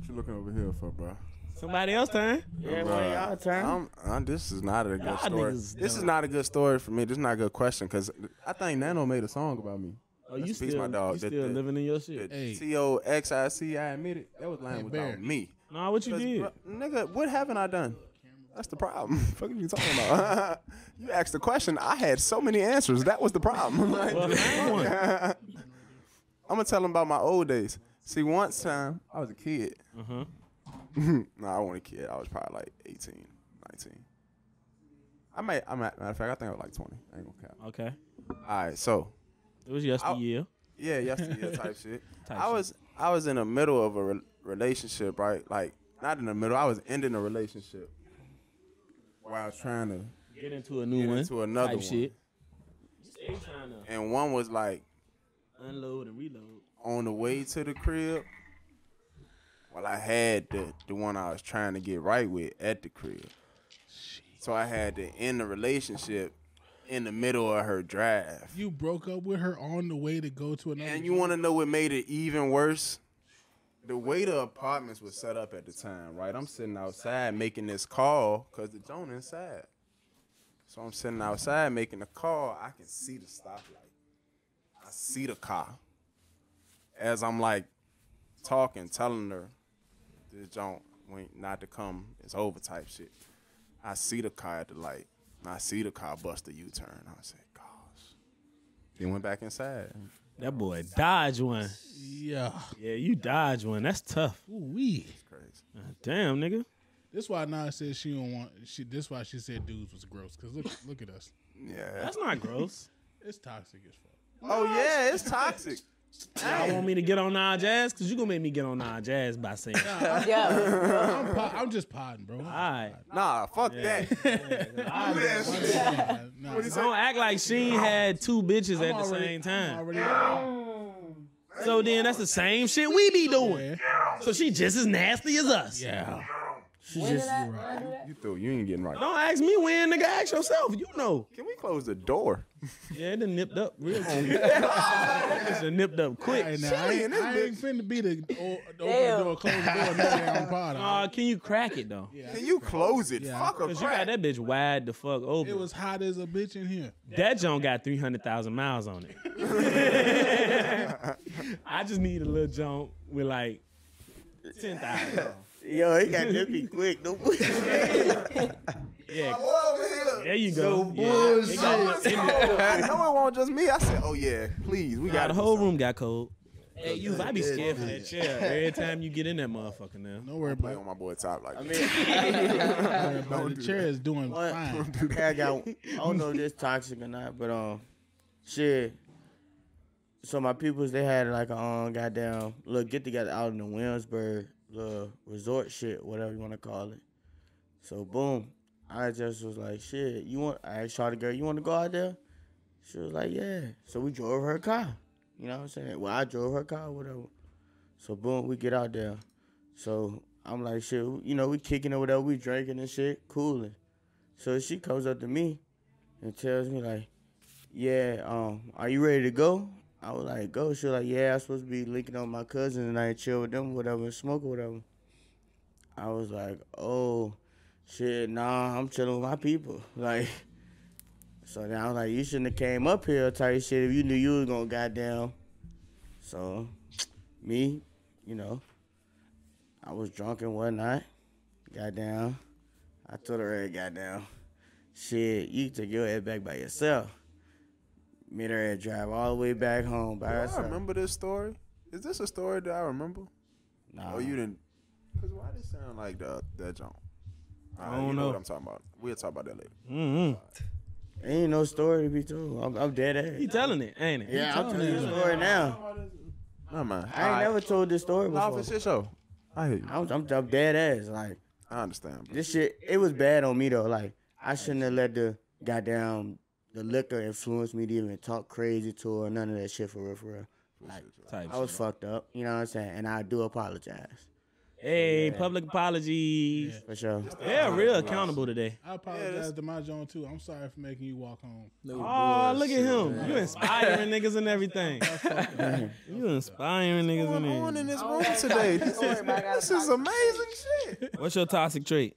Speaker 8: What you looking over here for, bro?
Speaker 1: Somebody else turn.
Speaker 6: Yeah, well, y'all turn.
Speaker 3: I'm, i this is not a good
Speaker 1: Y'all
Speaker 3: story.
Speaker 1: niggas
Speaker 3: This is not a good story for me. This is not a good question because I think Nano made a song about me.
Speaker 1: Oh, you
Speaker 3: That's Beast
Speaker 1: still,
Speaker 3: My Dog.
Speaker 1: you
Speaker 3: That-
Speaker 1: still
Speaker 3: that-
Speaker 1: living in your shit.
Speaker 4: Hey.
Speaker 3: T O X I C. I admit it. That was lying
Speaker 4: Hey,
Speaker 3: without
Speaker 4: Bear.
Speaker 3: me.
Speaker 1: nah, what you
Speaker 3: 'Cause,
Speaker 1: did?
Speaker 3: bro, nigga, what haven't I done? That's the problem. *laughs* Fuck are you talking about? *laughs* you asked the question. I had so many answers. That was the problem. *laughs* Like,
Speaker 1: Well, name one.
Speaker 3: *laughs* I'm gonna tell him about my old days. See, once time I was a kid.
Speaker 1: Uh-huh.
Speaker 3: *laughs* nah, I wasn't a kid. I was probably like 18, 19. I might. I might. Matter of fact, I think I was like 20. I ain't gonna count.
Speaker 1: Okay,
Speaker 3: All right, so
Speaker 1: it was yesteryear. *laughs*
Speaker 3: yeah, yesteryear type shit.
Speaker 1: Type
Speaker 3: I
Speaker 1: shit.
Speaker 3: was I was in the middle of a re- relationship, right? Like not in the middle. I was ending a relationship while trying to
Speaker 1: Get into a new
Speaker 3: Get
Speaker 1: one.
Speaker 3: into another
Speaker 1: type
Speaker 3: one.
Speaker 1: shit. Stay trying to
Speaker 3: and one was like
Speaker 1: unload and reload.
Speaker 3: on the way to the crib. Well, I had the the one I was trying to get right with at the crib. So I had to end the relationship in the middle of her drive.
Speaker 4: You broke up with her on the way to go to another.
Speaker 3: And you want to know what made it even worse? The way the apartments was set up at the time, right? I'm sitting outside making this call because the joint inside. So I'm sitting outside making the call. I can see the stoplight. I see the car. As I'm like talking, telling her this joint went not to come. It's over type shit. I see the car at the light. And I see the car bust a U-turn. I said, gosh. Then went back inside.
Speaker 1: That boy dodge one.
Speaker 4: yeah,
Speaker 1: Yeah, you dodge one. That's tough.
Speaker 4: we.
Speaker 3: Crazy.
Speaker 1: Damn, nigga.
Speaker 4: This why Nas said she don't want. She this why she said dudes was gross. Cause look look at us.
Speaker 3: Yeah.
Speaker 1: That's not gross.
Speaker 4: It's toxic as fuck.
Speaker 3: Oh yeah, it's toxic.
Speaker 1: Y'all want me to get on Nile Jazz? Cause you gonna make me get on Nile Jazz by saying, all
Speaker 4: *laughs*
Speaker 7: Yeah.
Speaker 4: I'm, po- I'm just podding, bro.
Speaker 1: right.
Speaker 3: Nah,
Speaker 1: *laughs*
Speaker 3: fuck that.
Speaker 4: Nah,
Speaker 1: Don't act like she ain't had two bitches at
Speaker 4: I'm
Speaker 1: the
Speaker 4: already-
Speaker 1: same
Speaker 4: I'm
Speaker 1: time.
Speaker 4: already-
Speaker 1: So then that's the same shit we be doing. So she just as nasty as us.
Speaker 4: yeah.
Speaker 7: When did I, when I do that?
Speaker 3: You through? You ain't getting right.
Speaker 1: Don't ask me when, nigga. Ask yourself. You know.
Speaker 3: Can we close the door?
Speaker 1: Yeah, it done nipped up real
Speaker 4: *laughs*
Speaker 1: quick. It's done nipped up quick.
Speaker 4: Hey, now, I,
Speaker 3: Chili in
Speaker 4: ain't,
Speaker 3: this
Speaker 4: I ain't finna be the, o- the open the
Speaker 7: Damn.
Speaker 4: door, close the door, no damn pot.
Speaker 1: Uh, can you crack it though?
Speaker 3: Can you close it?
Speaker 4: Yeah.
Speaker 3: Fuck a
Speaker 1: Cause you got
Speaker 3: crack.
Speaker 1: that bitch wide the fuck open.
Speaker 4: It was hot as a bitch in here.
Speaker 1: That joint got 300,000 miles on
Speaker 4: *laughs*
Speaker 1: it. I just need a little joint with like 10,000.
Speaker 6: Yo, he got to be quick. *laughs* No
Speaker 1: Yeah,
Speaker 3: Whoa,
Speaker 1: there you go.
Speaker 6: So
Speaker 1: Yeah, it got-
Speaker 3: man. *laughs* I know it won't just me. I said, oh yeah, please. We
Speaker 1: Nah,
Speaker 3: got
Speaker 1: the whole room got cold. Hey, you, I be scared for that chair every time you get in that motherfucker now.
Speaker 4: Don't worry
Speaker 3: Play
Speaker 4: about
Speaker 3: on my boy top like. I mean,
Speaker 4: it. the chair is doing fine.
Speaker 6: Okay, I got. I don't know if this toxic or not, but um, shit. So my peoples, they had like a um, goddamn little get together out in the Williamsburg, little resort shit, whatever you want to call it. So boom, I just was like, shit, you want? I asked Charlie girl, you want to go out there? She was like, yeah. So we drove her car. You know what I'm saying? Well, I drove her car, whatever. So boom, we get out there. So I'm like, shit, you know, we kicking or whatever, we drinking and shit, cooling. So she comes up to me and tells me like, "Yeah, um, are you ready to go?" I was like, go. She was like, yeah, I was supposed to be linking up with my cousins and I chill with them, whatever, and smoke or whatever. I was like, oh, shit, nah, I'm chilling with my people. *laughs* Like, so then I was like, you shouldn't have came up here type shit if you knew you was gonna goddamn. So, me, you know, I was drunk and whatnot. Goddamn. I told her, hey, goddamn, shit, you took your head back by yourself. Made her ass drive all the way back home by
Speaker 3: Do I
Speaker 6: herself.
Speaker 3: remember this story? Is this a story that I remember?
Speaker 6: Nah.
Speaker 3: Oh, you didn't. Cause why does it sound like that? That John. I
Speaker 1: don't
Speaker 3: you know.
Speaker 1: know.
Speaker 3: what I'm talking about. We'll talk about that later.
Speaker 1: Mm-hmm.
Speaker 6: Ain't no story to be told. I'm, I'm dead
Speaker 1: He
Speaker 6: ass.
Speaker 1: telling it, ain't it?
Speaker 6: Yeah, I'm telling you the story now.
Speaker 3: Never mind.
Speaker 6: I ain't never told this story
Speaker 3: Off
Speaker 6: before.
Speaker 3: it's your show. I hear you.
Speaker 6: I'm, I'm, I'm dead ass. Like,
Speaker 3: I understand. Bro.
Speaker 6: this shit, it was bad on me though. Like, I shouldn't have let the goddamn the liquor influence me to even talk crazy to her, none of that shit for real, for real. Like,
Speaker 1: Type
Speaker 6: I was fucked up, you know what I'm saying? And I do apologize
Speaker 1: Hey, public apologies.
Speaker 6: for sure.
Speaker 1: Yeah, Uh, real accountable today.
Speaker 4: I apologize to my John too. I'm sorry for making you walk home.
Speaker 1: Oh, look at him. You
Speaker 5: *laughs*
Speaker 1: inspiring niggas and everything. You inspiring niggas and
Speaker 3: Going
Speaker 1: everything.
Speaker 3: in this room
Speaker 1: *laughs*
Speaker 3: today. This is, this is amazing shit.
Speaker 1: What's your toxic trait?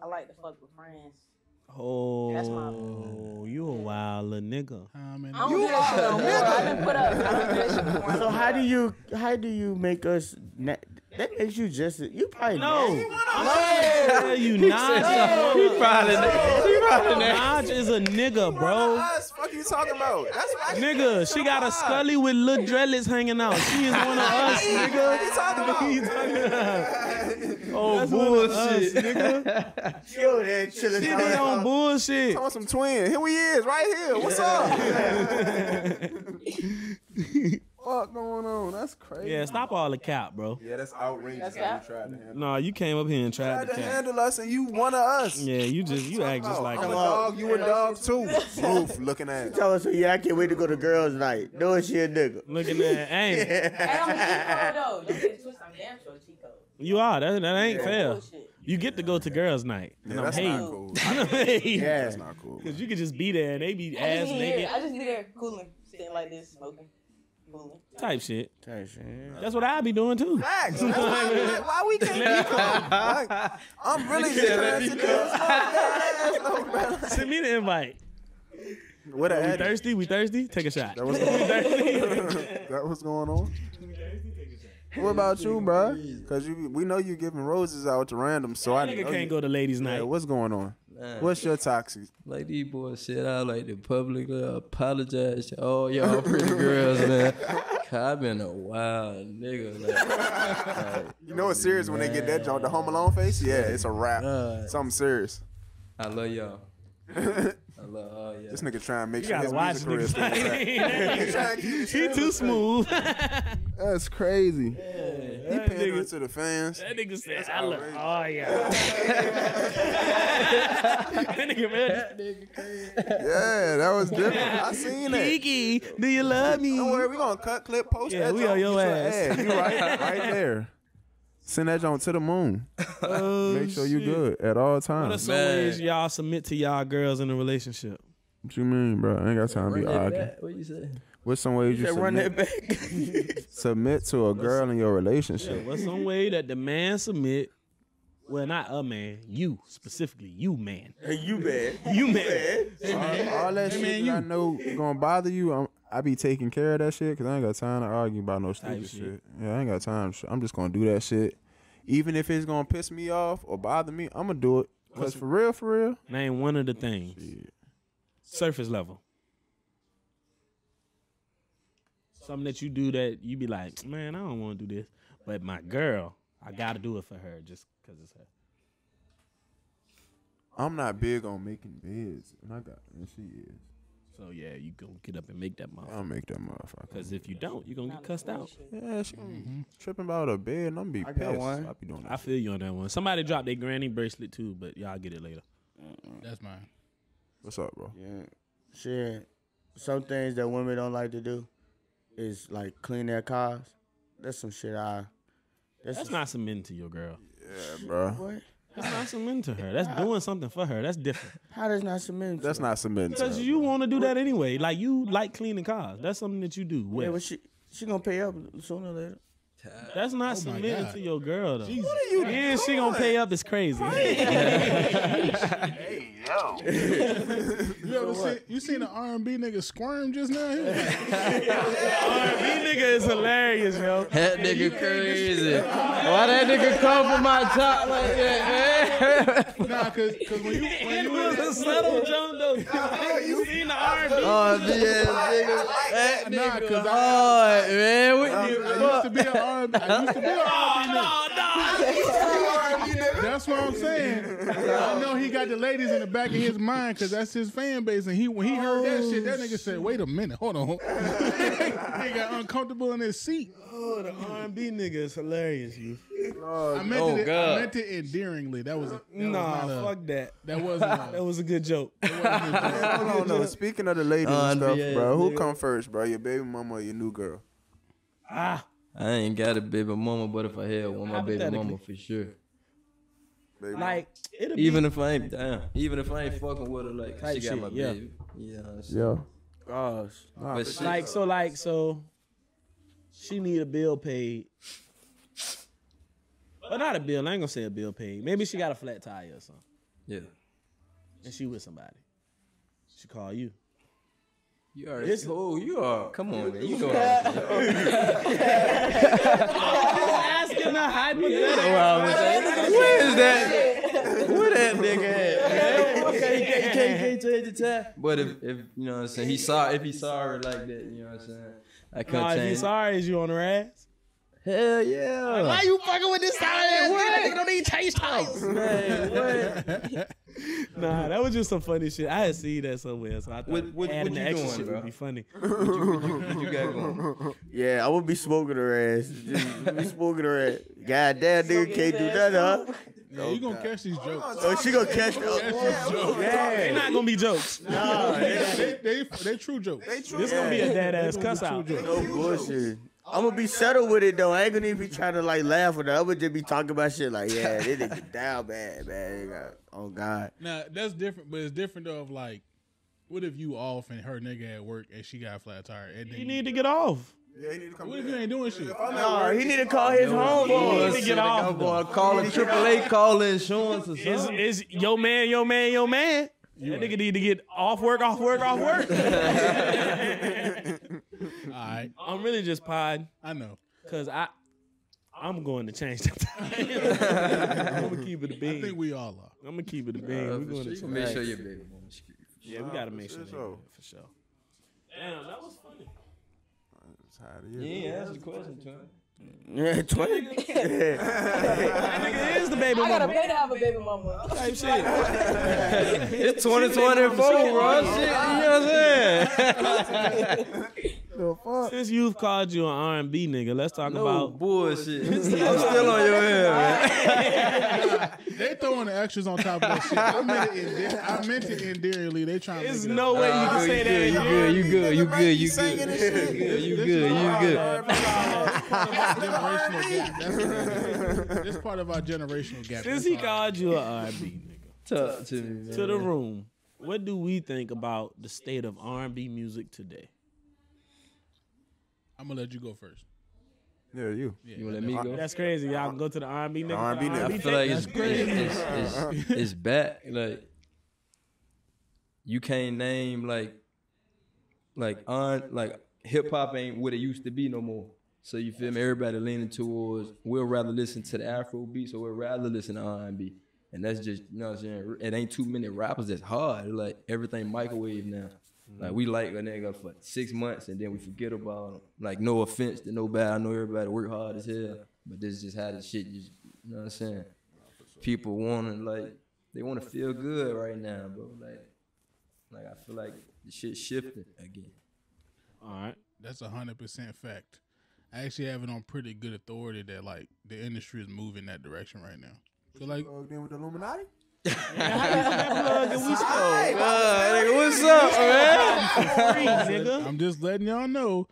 Speaker 7: I like to fuck with friends.
Speaker 1: Oh, you a wild little nigga.
Speaker 4: Um, and
Speaker 7: I don't you do that shit no more. I
Speaker 1: *laughs*
Speaker 7: done put up. I done do that shit before.
Speaker 6: So how do you how do you make us na- that makes you just you probably
Speaker 1: No,
Speaker 6: nasty.
Speaker 1: I'm tell
Speaker 5: *laughs*
Speaker 1: you, Naj. *laughs*
Speaker 5: He
Speaker 1: Oh,
Speaker 5: probably, he probably
Speaker 1: Naj is a nigga, bro.
Speaker 3: Us, fuck you talking about? That's why
Speaker 1: Nigga, she got a scully with little dreadlocks hanging out. She is
Speaker 5: *laughs*
Speaker 1: one of us, nigga.
Speaker 3: What you talking about?
Speaker 1: You talking about?
Speaker 5: Oh, bullshit.
Speaker 6: Chill there, chilling.
Speaker 1: She be
Speaker 5: *laughs*
Speaker 1: on bullshit.
Speaker 3: Talking about some twin. Here we is, right here. What's up? What going on? That's crazy.
Speaker 1: Yeah, stop all the cap, bro.
Speaker 9: Yeah, that's outrageous.
Speaker 7: That's that.
Speaker 9: Tried to handle.
Speaker 1: No, you came up here and tried
Speaker 3: Tried
Speaker 1: to
Speaker 3: to
Speaker 1: cap.
Speaker 3: handle us, and you one of us. Oh,
Speaker 1: Yeah, you just you act just like
Speaker 3: I'm a dog. You a dog too. Roof looking at.
Speaker 6: Tell us, yeah, I can't wait to go to girls' night. No, she a nigga. *laughs*
Speaker 1: looking at ain't
Speaker 7: Hey, I'm a Chico though. Don't get it twisted. I'm damn sure a Chico.
Speaker 1: you are that that ain't fair.
Speaker 7: Bullshit.
Speaker 1: You get to go to girls' night, and
Speaker 3: Yeah,
Speaker 1: I'm
Speaker 3: that's not
Speaker 1: hating.
Speaker 3: cool.
Speaker 1: *laughs* I'm hating.
Speaker 6: Yeah.
Speaker 3: That's not cool.
Speaker 1: Cause you could just be there and they be
Speaker 7: I
Speaker 1: ass
Speaker 7: just be
Speaker 1: naked
Speaker 7: here. I just be there cooling, sitting like this, smoking, cooling.
Speaker 1: type shit.
Speaker 6: Type shit, yeah.
Speaker 1: That's what I be doing too.
Speaker 3: *laughs* Facts. That's
Speaker 1: *laughs*
Speaker 3: why, like, why we can't be cool. Like, I'm really interested in *laughs* this.
Speaker 1: Send me the invite.
Speaker 3: What
Speaker 1: We
Speaker 3: a that
Speaker 1: thirsty? We thirsty? Take a shot.
Speaker 3: was, *laughs* that was going on. What about you, bro? Cause you, we know you giving roses out to random, so I
Speaker 1: Nigga
Speaker 3: know you-
Speaker 1: can't go to ladies'
Speaker 3: Yeah,
Speaker 1: night.
Speaker 3: what's going on?
Speaker 5: Man.
Speaker 3: What's your toxic?
Speaker 5: Like these boys said, I like to publicly apologize to all y'all pretty girls, man. 'Cause i been a wild nigga. Like,
Speaker 3: You know it's serious when they get that joint, the Home Alone face. Yeah, it's a wrap.
Speaker 5: uh,
Speaker 3: Something serious.
Speaker 5: I love y'all. I love all y'all.
Speaker 3: This nigga trying to make
Speaker 1: You
Speaker 3: sure
Speaker 1: gotta
Speaker 3: his
Speaker 1: watch
Speaker 3: music career
Speaker 1: niggas.
Speaker 3: stays right. He trying to keep his
Speaker 1: *laughs* He
Speaker 3: career
Speaker 1: too
Speaker 3: straight.
Speaker 1: smooth.
Speaker 3: That's crazy. He
Speaker 1: That
Speaker 3: pandering
Speaker 1: nigga,
Speaker 3: to the fans.
Speaker 1: that nigga said, I look, oh yeah. *laughs* that nigga, man.
Speaker 3: Yeah, that was different. I seen that.
Speaker 1: Kiki, do you love me?
Speaker 3: Don't worry, we gonna cut clip post.
Speaker 1: Mm-hmm. Yeah,
Speaker 3: that
Speaker 1: we on
Speaker 3: joint,
Speaker 1: your
Speaker 3: get
Speaker 1: ass.
Speaker 3: You
Speaker 1: *laughs*
Speaker 3: right, right there. Send that joint to the moon.
Speaker 1: Oh,
Speaker 3: Make sure you
Speaker 1: shit.
Speaker 3: good at all
Speaker 1: What are
Speaker 3: times.
Speaker 1: some
Speaker 5: Man.
Speaker 1: ways y'all submit to y'all girls in a relationship?
Speaker 3: What you mean, bro? I ain't got time to
Speaker 5: Run
Speaker 3: be
Speaker 5: that
Speaker 3: arguing.
Speaker 5: back. What you say?
Speaker 3: What's some ways you
Speaker 6: Said, run that
Speaker 3: submit,
Speaker 6: back.
Speaker 3: *laughs* submit to a girl in your relationship?
Speaker 1: What's some way that the man submit? Well, not a man, you specifically, you man,
Speaker 6: Hey, you bad.
Speaker 1: you man.
Speaker 3: all, all that shit that I know gonna bother you, I'm, I be taking care of that shit because I ain't got time to argue about no stupid
Speaker 1: Type
Speaker 3: shit.
Speaker 1: shit.
Speaker 3: Yeah, I ain't got time. I'm just gonna do that shit, even if it's gonna piss me off or bother me. I'm gonna do it because for real, for real,
Speaker 1: Name one of the things. Surface level. Something that you do that you be like, man, I don't want to do this, but my girl, I gotta do it for her just because it's her.
Speaker 3: I'm not big on making beds, and I got and she is.
Speaker 1: So yeah, you gonna get up and make that motherfucker.
Speaker 3: I'll make that motherfucker.
Speaker 1: Cause if you don't, you gonna get cussed out.
Speaker 3: Yeah, she
Speaker 5: Mm-hmm.
Speaker 3: tripping about a bed, and I'm be
Speaker 6: got
Speaker 3: pissed.
Speaker 6: one.
Speaker 3: I be doing
Speaker 1: I
Speaker 3: that.
Speaker 1: feel you on that one. Somebody dropped their granny bracelet too, but y'all get it later.
Speaker 4: that's mine.
Speaker 3: What's up, bro?
Speaker 6: Yeah. Shit. Some things that women don't like to do is like clean their cars. That's some shit I.
Speaker 1: That's not submitting to your girl.
Speaker 3: Yeah, bro.
Speaker 6: What?
Speaker 1: That's not submitting to her. That's doing something for her. That's different.
Speaker 6: How does not submit?
Speaker 3: That's not submitting. To
Speaker 1: Because
Speaker 3: her.
Speaker 1: you want to do that anyway. Like you like cleaning cars. That's something that you do.
Speaker 6: Yeah,
Speaker 1: Well,
Speaker 6: but she she gonna pay up sooner or later.
Speaker 1: that's not submitting
Speaker 4: God.
Speaker 1: to your girl though.
Speaker 4: Jesus.
Speaker 1: you and she gonna pay up is crazy. *laughs*
Speaker 2: Hey, yo.
Speaker 5: Oh,
Speaker 4: You ever seen you seen an R and B nigga squirm just now? He was like,
Speaker 1: nigga is hilarious, *laughs* yo.
Speaker 5: That nigga crazy. Why that nigga come for my top like that, man?
Speaker 4: nah, cause, cause when you when
Speaker 1: *laughs* It
Speaker 4: you
Speaker 1: was a subtle jump *laughs* though. You seen the R&B?
Speaker 5: Oh, yeah, nigga. That
Speaker 4: Nah,
Speaker 5: nigga
Speaker 4: cause I-
Speaker 5: hard, man. What you
Speaker 4: I used to be an R and B nigga. That's what I'm saying. I know he got the ladies in the back of his mind because that's his fan base. And he when he heard that shit, that nigga said, "Wait a minute, hold on." *laughs* he got uncomfortable in his seat.
Speaker 1: Oh, the R&B nigga is hilarious, you.
Speaker 4: I meant,
Speaker 5: oh,
Speaker 4: it,
Speaker 5: God.
Speaker 4: I meant it endearingly. That was a, that
Speaker 1: Nah,
Speaker 4: was not
Speaker 1: fuck
Speaker 4: a,
Speaker 1: that.
Speaker 4: that wasn't. A,
Speaker 1: *laughs* That was a good joke.
Speaker 5: *laughs*
Speaker 3: Hold on, no. Speaking of the ladies and
Speaker 5: Uh,
Speaker 3: stuff,
Speaker 5: yeah,
Speaker 3: bro, who
Speaker 5: nigga.
Speaker 3: come first, bro? Your baby mama or your new girl?
Speaker 1: Ah.
Speaker 5: I ain't got a baby mama, but if I had one, my baby
Speaker 1: Hypothetically.
Speaker 5: mama for sure.
Speaker 3: Baby
Speaker 1: Like it'll be
Speaker 5: Even if I ain't damn, even if I ain't fucking with her, like she
Speaker 1: Type
Speaker 5: got
Speaker 1: shit,
Speaker 5: my
Speaker 1: yeah.
Speaker 5: baby. Yeah, honestly.
Speaker 3: mama?
Speaker 6: Gosh,
Speaker 5: but shit,
Speaker 1: like so like so she need a bill paid. But not a bill. I ain't gonna say a bill paid. Maybe she got a flat tire or something.
Speaker 5: yeah.
Speaker 1: And she with somebody. She call you.
Speaker 5: You are.
Speaker 1: This-
Speaker 5: oh, you are. Come on, man. You know what I'm saying.
Speaker 1: Asking her
Speaker 5: You
Speaker 1: hypothetical.
Speaker 5: know what I'm saying. Where is that? Where that nigga at?
Speaker 1: Okay,
Speaker 5: You can't, you can't change the time. But if, if you know what I'm saying, he saw if he saw her like that, you know what I'm saying. I couldn't
Speaker 1: Nah, if you
Speaker 5: change.
Speaker 1: sorry, is you on her ass?
Speaker 5: Hell yeah.
Speaker 1: Why you fucking with this tire? What? You don't need change tires. *laughs*
Speaker 4: *laughs*
Speaker 1: Nah, that was just some funny shit. I had seen that somewhere, so I thought
Speaker 5: What- what-
Speaker 1: adding
Speaker 5: what you
Speaker 1: the extra
Speaker 5: doing,
Speaker 1: shit
Speaker 5: bro?
Speaker 1: would be funny.
Speaker 5: *laughs* you got going?
Speaker 6: yeah, I would be smoking her ass. Just *laughs* be smoking her ass. God damn, nigga can't do nothing, huh?
Speaker 4: yeah, you gonna catch these jokes?
Speaker 6: Oh, she gonna catch the.
Speaker 1: They're not gonna be jokes.
Speaker 4: They, they, they true jokes.
Speaker 1: This gonna be a dead ass cuss out.
Speaker 6: No bullshit. I'm gonna be settled with it though. I ain't gonna even be trying to like laugh with it. I'm gonna just be talking about shit like, yeah, they nigga down bad, man. They got- Oh God.
Speaker 4: Now that's different, but it's different though. Of like, what if you off and her nigga at work and she got a flat tire? And then
Speaker 1: You need to get off.
Speaker 9: Yeah, you need to come
Speaker 4: What if
Speaker 9: back.
Speaker 4: you ain't doing shit?
Speaker 6: No, he need to call
Speaker 1: You
Speaker 6: his homeboy.
Speaker 1: need to get off.
Speaker 5: I'm going to call a AAA, call insurance or
Speaker 1: Is
Speaker 5: something.
Speaker 1: is yo man, yo man, yo man. That nigga need to get off work, off work, off work.
Speaker 4: All right,
Speaker 1: I'm really just pod
Speaker 4: I know.
Speaker 1: because I I'm going to *laughs* change that. I'm gonna keep it a
Speaker 4: I think
Speaker 1: bean.
Speaker 4: we all are.
Speaker 1: I'm gonna keep it a bean. We're going to
Speaker 5: You can make Uh, sure your baby mama screwed.
Speaker 1: Yeah, we gotta make sure
Speaker 3: for
Speaker 1: they
Speaker 3: sure.
Speaker 1: do it, for sure. Damn, that was funny.
Speaker 5: Yeah, answer the question, Tony.
Speaker 6: Yeah, *laughs* twenty.
Speaker 1: Nigga is the baby
Speaker 7: I gotta
Speaker 1: mama
Speaker 7: pay to have a baby mama. *laughs*
Speaker 1: type shit.
Speaker 5: It's 2024, bro. Shit, you know what I'm saying?
Speaker 1: Since you've called you an R and B nigga, let's talk
Speaker 5: No
Speaker 1: about
Speaker 5: bullshit. *laughs* I'm still on your head, man.
Speaker 4: They throwing the extras on top of that shit. I meant it, ende- I meant it endearingly. They trying.
Speaker 1: There's
Speaker 4: to make it
Speaker 1: no way you can say that. in here.
Speaker 5: You good? You good? You good? You good? You good? You good? You good?
Speaker 4: a generational gap. That's what it is. This part of our generational gap.
Speaker 1: Since
Speaker 4: That's
Speaker 1: he
Speaker 4: all.
Speaker 1: called you an R and B
Speaker 5: *laughs*
Speaker 1: nigga.
Speaker 5: Talk to me, man.
Speaker 1: to the room. What do we think about the state of R and B music today?
Speaker 4: I'm gonna let you go first.
Speaker 3: Yeah, you.
Speaker 5: You wanna let me go?
Speaker 1: That's crazy. Y'all can go to the R and B nigga.
Speaker 3: R&B nigga.
Speaker 5: I feel like it's it's, it's, it's, it's back. Like you can't name like like on like hip hop ain't what it used to be no more. So you feel me? Everybody leaning towards we'll rather listen to the Afro beats or we'll rather listen to R and B. And that's just you know what I'm saying. It ain't too many rappers that's hard. Like everything microwave now. Like we like a nigga for six months and then we forget about him. Like no offense to nobody. I know everybody work hard as hell, but this is just how this shit. Just, you know what I'm saying? People want to like they want to feel good right now, bro. Like like I feel like the shit shifting again.
Speaker 1: All right. *laughs*
Speaker 4: That's a hundred percent fact. I actually have it on pretty good authority that like the industry is moving that direction right now. So like,
Speaker 3: Plugged in with the Illuminati.
Speaker 5: what's up, man?
Speaker 1: Free, nigga.
Speaker 5: *laughs*
Speaker 4: I'm just letting y'all know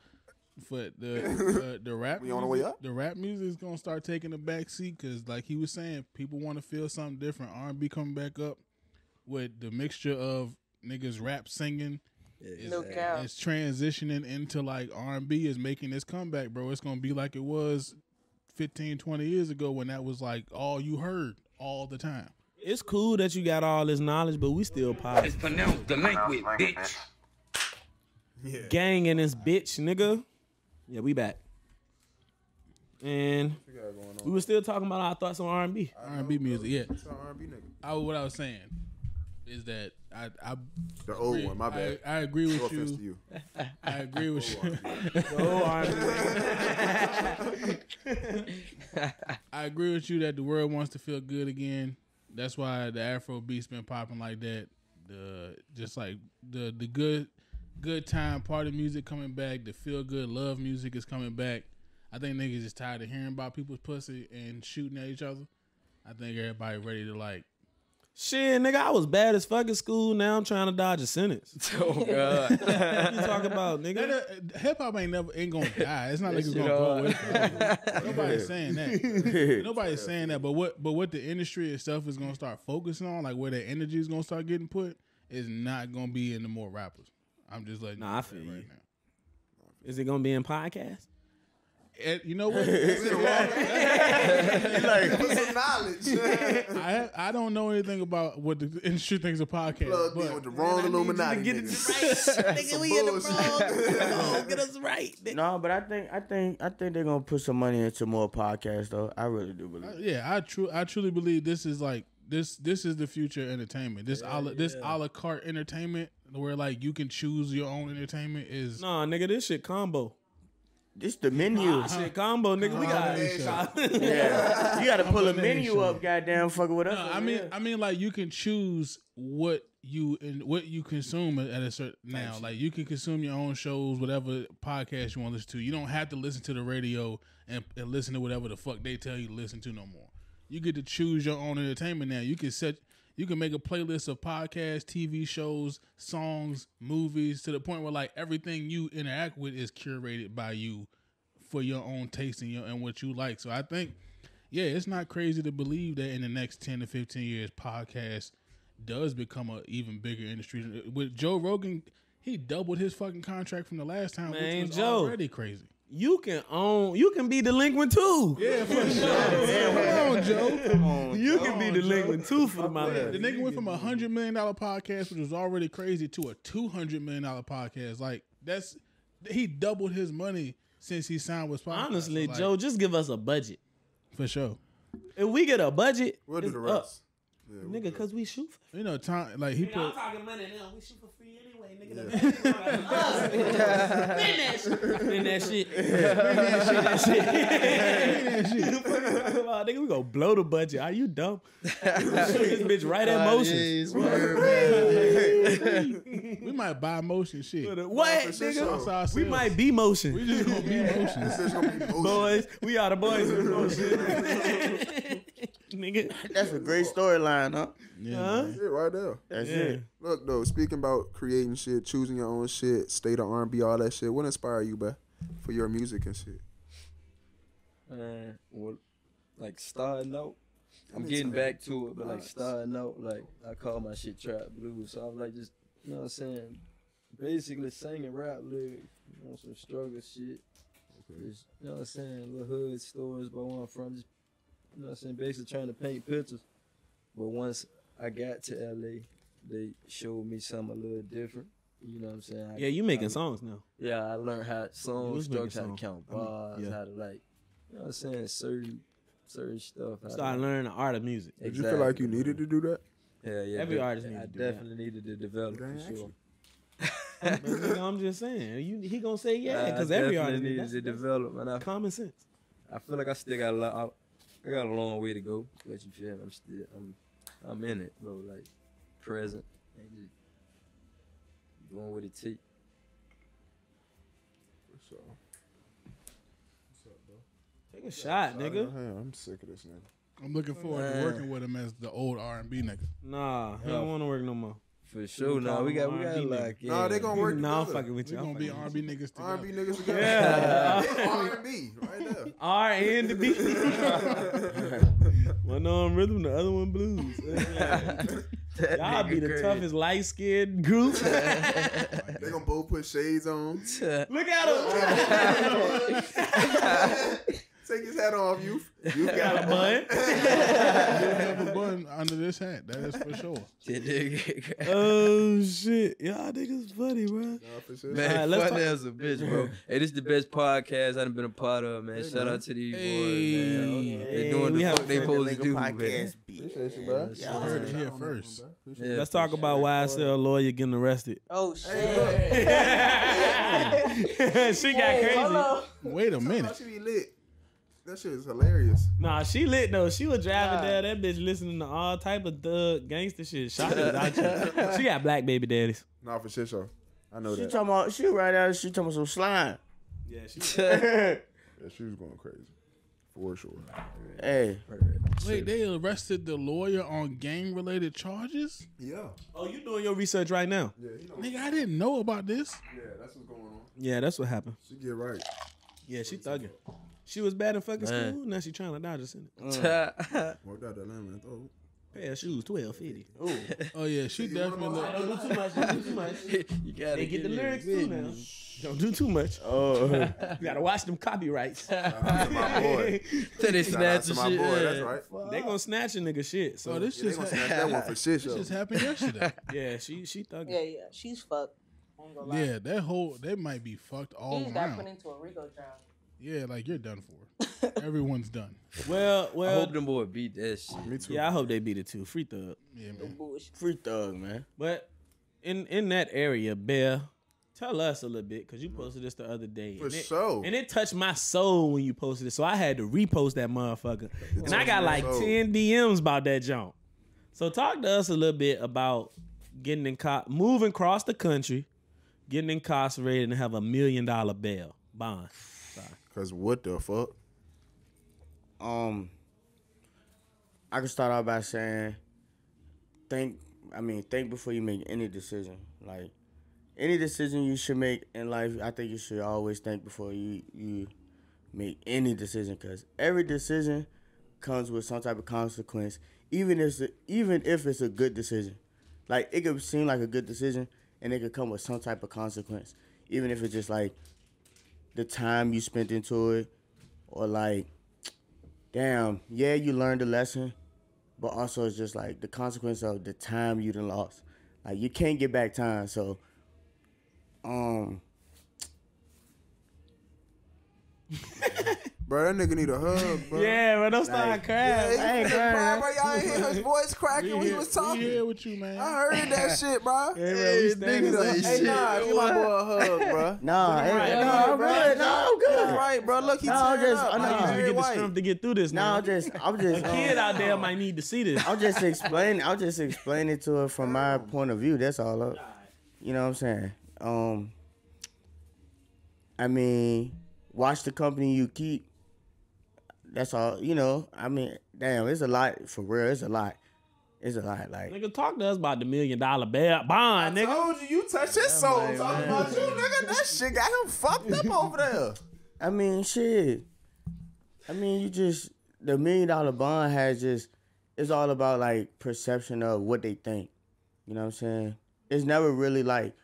Speaker 4: but the the, the rap
Speaker 3: We on the
Speaker 4: music-
Speaker 3: way up?
Speaker 4: The rap music is gonna start taking a back seat because, like he was saying, people want to feel something different. R and B coming back up with the mixture of niggas rap singing. Is,
Speaker 10: No cap.
Speaker 4: is transitioning into like R and B is making this comeback, bro. It's gonna be like it was 15, 20 years ago when that was like all you heard all the time.
Speaker 1: It's cool that you got all this knowledge, but we still positive.
Speaker 11: pronounced the language,
Speaker 2: Language, bitch.
Speaker 1: Gang in this bitch, nigga. Yeah, we back. And
Speaker 9: What you got going
Speaker 1: we
Speaker 9: on?
Speaker 1: were still talking about our thoughts on R and B.
Speaker 4: R and B music, yeah.
Speaker 9: It's an R&B nigga.
Speaker 4: I, what I was saying is that I I
Speaker 3: The old one, Oh, my
Speaker 4: I-
Speaker 3: bad.
Speaker 4: I, agree
Speaker 3: No
Speaker 4: with
Speaker 3: offense
Speaker 4: you.
Speaker 3: to
Speaker 1: *laughs*
Speaker 3: you.
Speaker 4: I agree with you.
Speaker 1: Oh, R&B. *laughs*
Speaker 4: I agree with you that the world wants to feel good again. That's why the Afro beats been popping like that. The just like the the good good time party music coming back. The feel good love music is coming back. I think niggas is tired of hearing about people's pussy and shooting at each other. I think everybody ready to like
Speaker 1: Shit, nigga, I was bad as fuck in school. Now I'm trying to dodge a sentence.
Speaker 5: *laughs* Oh
Speaker 1: *laughs*
Speaker 5: god.
Speaker 1: What you talking about, nigga?
Speaker 4: *laughs* hip hop ain't never ain't gonna die. It's not like it's
Speaker 5: shit
Speaker 4: gonna go
Speaker 5: hard.
Speaker 4: away. forever. Nobody's saying that. Nobody's saying that. But what but what the industry itself is gonna start focusing on, like where the energy is gonna start getting put, is not gonna be in the more rappers. I'm just letting
Speaker 1: Nah, I
Speaker 4: you
Speaker 1: feel
Speaker 4: know
Speaker 1: you.
Speaker 4: right now.
Speaker 1: Is it gonna be in podcast?
Speaker 4: And you know what? That's the wrong-
Speaker 6: *laughs*
Speaker 3: Some knowledge.
Speaker 4: I I don't know anything about what the *laughs* industry thinks of podcast,
Speaker 3: Plugged in with
Speaker 4: but
Speaker 3: the wrong Illuminati.
Speaker 1: Get it
Speaker 3: niggas. *laughs*
Speaker 1: right, nigga. We in the wrong. Get us right.
Speaker 6: No, but I think I think I think they're gonna put some money into more podcasts though. I really do believe.
Speaker 4: I-
Speaker 6: it.
Speaker 4: yeah, I true I truly believe this is like this this is the future entertainment. This a la, this a la carte entertainment where like you can choose your own entertainment is
Speaker 1: Nah, nigga, this shit combo.
Speaker 6: This the menu.
Speaker 4: Uh-huh.
Speaker 1: Ah,
Speaker 5: *laughs*
Speaker 1: shit combo, nigga. We
Speaker 4: Combination.
Speaker 1: got
Speaker 6: Yeah. You gotta pull a menu
Speaker 4: Combination.
Speaker 6: up, goddamn fucking with us.
Speaker 4: No, I mean I mean like you can choose what you and what you consume at at a certain now. Like you can consume your own shows, whatever podcast you want to listen to. You don't have to listen to the radio and, and listen to whatever the fuck they tell you to listen to no more. You get to choose your own entertainment now. You can set you can make a playlist of podcasts, TV shows, songs, movies to the point where like everything you interact with is curated by you for your own taste and your and what you like. So I think yeah, it's not crazy to believe that in the next ten to fifteen years, podcast does become a even bigger industry. With Joe Rogan, he doubled his fucking contract from the last time,
Speaker 1: Man,
Speaker 4: which was
Speaker 1: Joe.
Speaker 4: already crazy.
Speaker 1: *laughs* you can own. You can be delinquent too. *laughs*
Speaker 4: Yeah, for Come on, Joe.
Speaker 1: you can be delinquent too for the
Speaker 4: The
Speaker 1: money.
Speaker 4: nigga went from a hundred million dollar podcast, which was already crazy, to a two hundred million dollar podcast. Like that's he doubled his money since he signed with Spotify.
Speaker 1: Honestly,
Speaker 4: So, like,
Speaker 1: Joe, just give us a budget.
Speaker 4: for sure.
Speaker 1: If we get a budget,
Speaker 3: We'll do
Speaker 1: it's
Speaker 3: the
Speaker 1: up.
Speaker 3: rest. Yeah, we'll
Speaker 1: Nigga, cause we shoot.
Speaker 4: You know, time like he put.
Speaker 1: talking money now. We shoot for free anyway, nigga.
Speaker 7: *laughs*
Speaker 1: Spend that shit. *laughs* Spend that shit. Spend that shit. What you *laughs* talking about, nigga? We gonna blow the budget. Are you dumb? Shoot this bitch right at motion.
Speaker 4: We might buy motion shit.
Speaker 1: What,
Speaker 3: For sure.
Speaker 1: nigga?
Speaker 4: That's our
Speaker 1: We
Speaker 4: sales.
Speaker 1: might be
Speaker 4: We
Speaker 1: motion.
Speaker 4: just gonna be motion.
Speaker 3: It's gonna be
Speaker 1: *laughs*
Speaker 3: ocean.
Speaker 1: Boys, we are the boys. in motion. *laughs* nigga.
Speaker 6: That's a great storyline, huh?
Speaker 1: Huh?
Speaker 3: Shit right there.
Speaker 6: That's
Speaker 1: Yeah.
Speaker 6: it.
Speaker 3: Look though, speaking about creating shit, choosing your own shit, state of R&B, all that shit. What inspired you, bruh, for your music and shit?
Speaker 5: Man, well, like starting out. I'm getting back to it, but like starting out, like I call my shit trap blues. So I'm like just you know what I'm saying? Basically singing rap lyrics, you know, some struggle shit. Just, you know what I'm saying? Little hood stories about where I'm from, just you know what I'm saying, basically trying to paint pictures. But once I got to LA, they showed me something a little different. You know what I'm saying? I-
Speaker 1: Yeah, you making
Speaker 5: I-
Speaker 1: songs now.
Speaker 5: yeah, I learned how song
Speaker 1: was making
Speaker 5: structure, how to
Speaker 1: song.
Speaker 5: count
Speaker 1: I mean,
Speaker 5: bars,
Speaker 1: yeah.
Speaker 5: how to like, you know what I'm saying, certain certain stuff. how to-
Speaker 1: Start learning the art of music.
Speaker 3: Did you feel like you
Speaker 5: Exactly,
Speaker 3: needed to do that?
Speaker 5: Yeah, yeah.
Speaker 1: Every
Speaker 5: but
Speaker 1: artist
Speaker 5: I
Speaker 1: need to do that.
Speaker 5: definitely needed to develop
Speaker 3: Dang,
Speaker 5: for sure.
Speaker 3: actually.
Speaker 1: But, nigga, I'm just saying, you, he gonna say yeah
Speaker 5: I
Speaker 1: because every
Speaker 5: definitely
Speaker 1: artist
Speaker 5: needed
Speaker 1: that's,
Speaker 5: to
Speaker 1: that's
Speaker 5: develop, and I,
Speaker 1: common sense.
Speaker 5: I feel like I still got a lot. I, I got a long way to go, but you feel me? I'm still, I'm, I'm in it, bro. Like present, and just going with it. T.
Speaker 9: So, what's up, bro?
Speaker 1: Take a shot, nigga.
Speaker 9: Hey, I'm sick of this nigga.
Speaker 4: I'm looking forward to
Speaker 5: Man.
Speaker 4: working with him as the old R and B nigga.
Speaker 1: Nah, he don't want to work no more.
Speaker 5: For sure. Now we got we got
Speaker 1: R&B
Speaker 5: like yeah.
Speaker 3: No, they
Speaker 5: *laughs*
Speaker 3: gonna
Speaker 1: *laughs*
Speaker 3: work
Speaker 1: No, I'm
Speaker 3: together.
Speaker 1: fucking with
Speaker 4: We
Speaker 1: you.
Speaker 4: gonna
Speaker 1: I'm
Speaker 4: be
Speaker 1: fucking with
Speaker 4: R&B
Speaker 3: R&B
Speaker 4: niggas together.
Speaker 3: niggas together. *laughs*
Speaker 1: Yeah.
Speaker 3: R&B right
Speaker 9: *laughs*
Speaker 3: there.
Speaker 1: you. R and the *laughs* B. One on rhythm, the other one blues.
Speaker 5: That
Speaker 1: Y'all be
Speaker 5: nigga
Speaker 1: the
Speaker 5: crazy. *laughs*
Speaker 1: toughest *laughs* light skinned *laughs* group.
Speaker 3: They gonna both put
Speaker 9: *laughs*
Speaker 3: shades on. *laughs*
Speaker 1: Look at him. *laughs*
Speaker 3: Take his hat off, you.
Speaker 1: *laughs*
Speaker 3: You
Speaker 1: Got a
Speaker 3: *laughs*
Speaker 1: bun.
Speaker 4: You'll have a bun under this hat. That is for sure.
Speaker 5: That nigga crazy.
Speaker 1: Oh shit, y'all niggas funny, bro.
Speaker 3: Nah, for sure.
Speaker 5: Man,
Speaker 1: Alright, let's
Speaker 5: funny
Speaker 1: talk-
Speaker 5: as a bitch, bro. *laughs* hey, this is the best podcast I've been a part of, man. Shout out to these boys, man. They doing
Speaker 1: we
Speaker 5: the
Speaker 1: have
Speaker 5: fuck they
Speaker 1: a
Speaker 5: supposed to
Speaker 6: Nigga
Speaker 5: do, man.
Speaker 6: podcast beat.
Speaker 3: Appreciate you, bro.
Speaker 5: Yeah.
Speaker 4: You heard it here first.
Speaker 5: Yeah,
Speaker 1: Let's
Speaker 5: for *laughs*
Speaker 1: talk about why I sell a lawyer getting arrested.
Speaker 7: Oh shit.
Speaker 1: she got
Speaker 7: Hey,
Speaker 1: crazy.
Speaker 7: hello.
Speaker 4: Wait a
Speaker 3: That
Speaker 4: minute.
Speaker 3: should be lit. That shit is hilarious.
Speaker 1: Nah, she lit though. She was driving
Speaker 7: Yeah.
Speaker 1: there. That bitch listening to all type of thug gangster shit. Shot it out *laughs* you. She got black baby daddies.
Speaker 3: Nah, for sure, sure. I know
Speaker 6: She
Speaker 3: that.
Speaker 6: talking about she right out. She talking about some slime.
Speaker 1: Yeah, she.
Speaker 3: Yeah, she was going crazy. For sure.
Speaker 6: Hey,
Speaker 4: Wait, they arrested the lawyer on gang related charges?
Speaker 3: Yeah.
Speaker 1: Oh, you doing your research right now?
Speaker 3: Yeah, you know.
Speaker 4: Nigga, I didn't know about this.
Speaker 3: Yeah, that's what's going on.
Speaker 1: Yeah, that's what happened.
Speaker 3: She get right.
Speaker 1: Yeah, she thugging. She was bad in fucking
Speaker 5: Man.
Speaker 1: school. Now she trying to dodge us in it.
Speaker 3: Walked out that lemon and throw.
Speaker 1: Pair of shoes, twelve fifty.
Speaker 4: Oh yeah, she
Speaker 3: you wanna
Speaker 4: definitely
Speaker 3: go
Speaker 4: looked.
Speaker 3: hide?
Speaker 1: Don't do too much. Don't do too much.
Speaker 5: you gotta
Speaker 1: They get the
Speaker 5: it.
Speaker 1: lyrics too now. *laughs* Don't do too much.
Speaker 6: oh, *laughs*
Speaker 1: You gotta watch them copyrights. they
Speaker 3: *laughs* my
Speaker 1: *laughs*
Speaker 3: boy.
Speaker 5: Then they
Speaker 3: Shout out
Speaker 5: snatch
Speaker 3: to
Speaker 5: the
Speaker 3: my
Speaker 5: shit.
Speaker 3: boy. That's
Speaker 5: yeah.
Speaker 3: right.
Speaker 1: gonna snatch a nigga shit. So
Speaker 4: Oh, this
Speaker 3: Yeah, they
Speaker 4: just
Speaker 3: gonna
Speaker 4: ha-
Speaker 3: snatch that one for shit,
Speaker 4: this
Speaker 3: though.
Speaker 4: just happened *laughs* yesterday.
Speaker 1: yeah, she she thugging.
Speaker 7: Yeah, yeah. She's fucked. I ain't gonna lie.
Speaker 4: yeah, that whole they might be fucked all
Speaker 1: Oh,
Speaker 7: He's got put
Speaker 4: around.
Speaker 7: into a Rico trial.
Speaker 4: Yeah, like you're
Speaker 1: *laughs*
Speaker 4: done for. Everyone's done.
Speaker 1: Well,
Speaker 5: *laughs* I
Speaker 1: well.
Speaker 5: hope them boy beat that shit.
Speaker 3: Me too.
Speaker 1: Yeah, I hope they beat it too. Free thug.
Speaker 4: Yeah, man.
Speaker 7: Bullshit.
Speaker 6: free thug man.
Speaker 1: But in in that area, Bear, tell us a little bit because you posted this the other day.
Speaker 3: For
Speaker 1: and it,
Speaker 3: sure.
Speaker 1: And it touched my soul when you posted it, so I had to repost that motherfucker. And I got like
Speaker 3: soul.
Speaker 1: ten DMs about that junk. So talk to us a little bit about getting in co- moving across the country, getting incarcerated, and have a million dollar bail bond.
Speaker 3: Cause what the fuck?
Speaker 6: Um, I can start out by saying, think. I mean, think before you make any decision. Like any decision you should make in life, I think you should always think before you you make any decision, because every decision comes with some type of consequence. Even if it's a, even if it's a good decision, like it could seem like a good decision, and it could come with some type of consequence. Even if it's just like the time you spent into it, or like damn, yeah, you learned a lesson, but also it's just like the consequence of the time you done lost. Like you can't get back time, so um
Speaker 3: Bro, that nigga need a hug, bro.
Speaker 1: Yeah, but don't start
Speaker 3: Hey,
Speaker 1: crying.
Speaker 3: you finna cry, *laughs* bro. Y'all ain't hear his voice cracking when he was
Speaker 4: We here
Speaker 3: talking.
Speaker 4: with you, man.
Speaker 3: I heard that shit, bro.
Speaker 1: Hey, bro, we standing up.
Speaker 3: Hey, nah, give my boy a hug, bro.
Speaker 1: *laughs*
Speaker 6: nah, hey,
Speaker 1: right,
Speaker 6: nah,
Speaker 1: nah,
Speaker 6: I'm
Speaker 1: bro.
Speaker 6: good, nah, I'm good.
Speaker 3: That's right, bro. Look, he
Speaker 6: No, I'm
Speaker 3: tearing
Speaker 6: just-
Speaker 3: up.
Speaker 6: I know.
Speaker 3: Like,
Speaker 1: I need you
Speaker 3: Barry
Speaker 1: to get the
Speaker 3: White.
Speaker 1: strength to get through this.
Speaker 6: Nah,
Speaker 1: Now,
Speaker 6: I'm just I'm just
Speaker 1: kid
Speaker 6: um,
Speaker 1: out there might need to see this.
Speaker 6: *laughs* I'm just explaining I'm just explaining to her from my point of view, that's all up. You know what I'm saying? Um I mean, watch the company you keep. That's all, you know. I mean, damn, it's a lot for real. It's a lot. It's a lot. Like
Speaker 1: Nigga, talk to us about the million dollar bail bond,
Speaker 3: I
Speaker 1: nigga.
Speaker 3: told you, you touched his soul. Talking about you, nigga. That shit got him fucked up over there.
Speaker 6: I mean, shit. I mean, you just the million dollar bond has just it's all about like perception of what they think. You know what I'm saying? It's never really like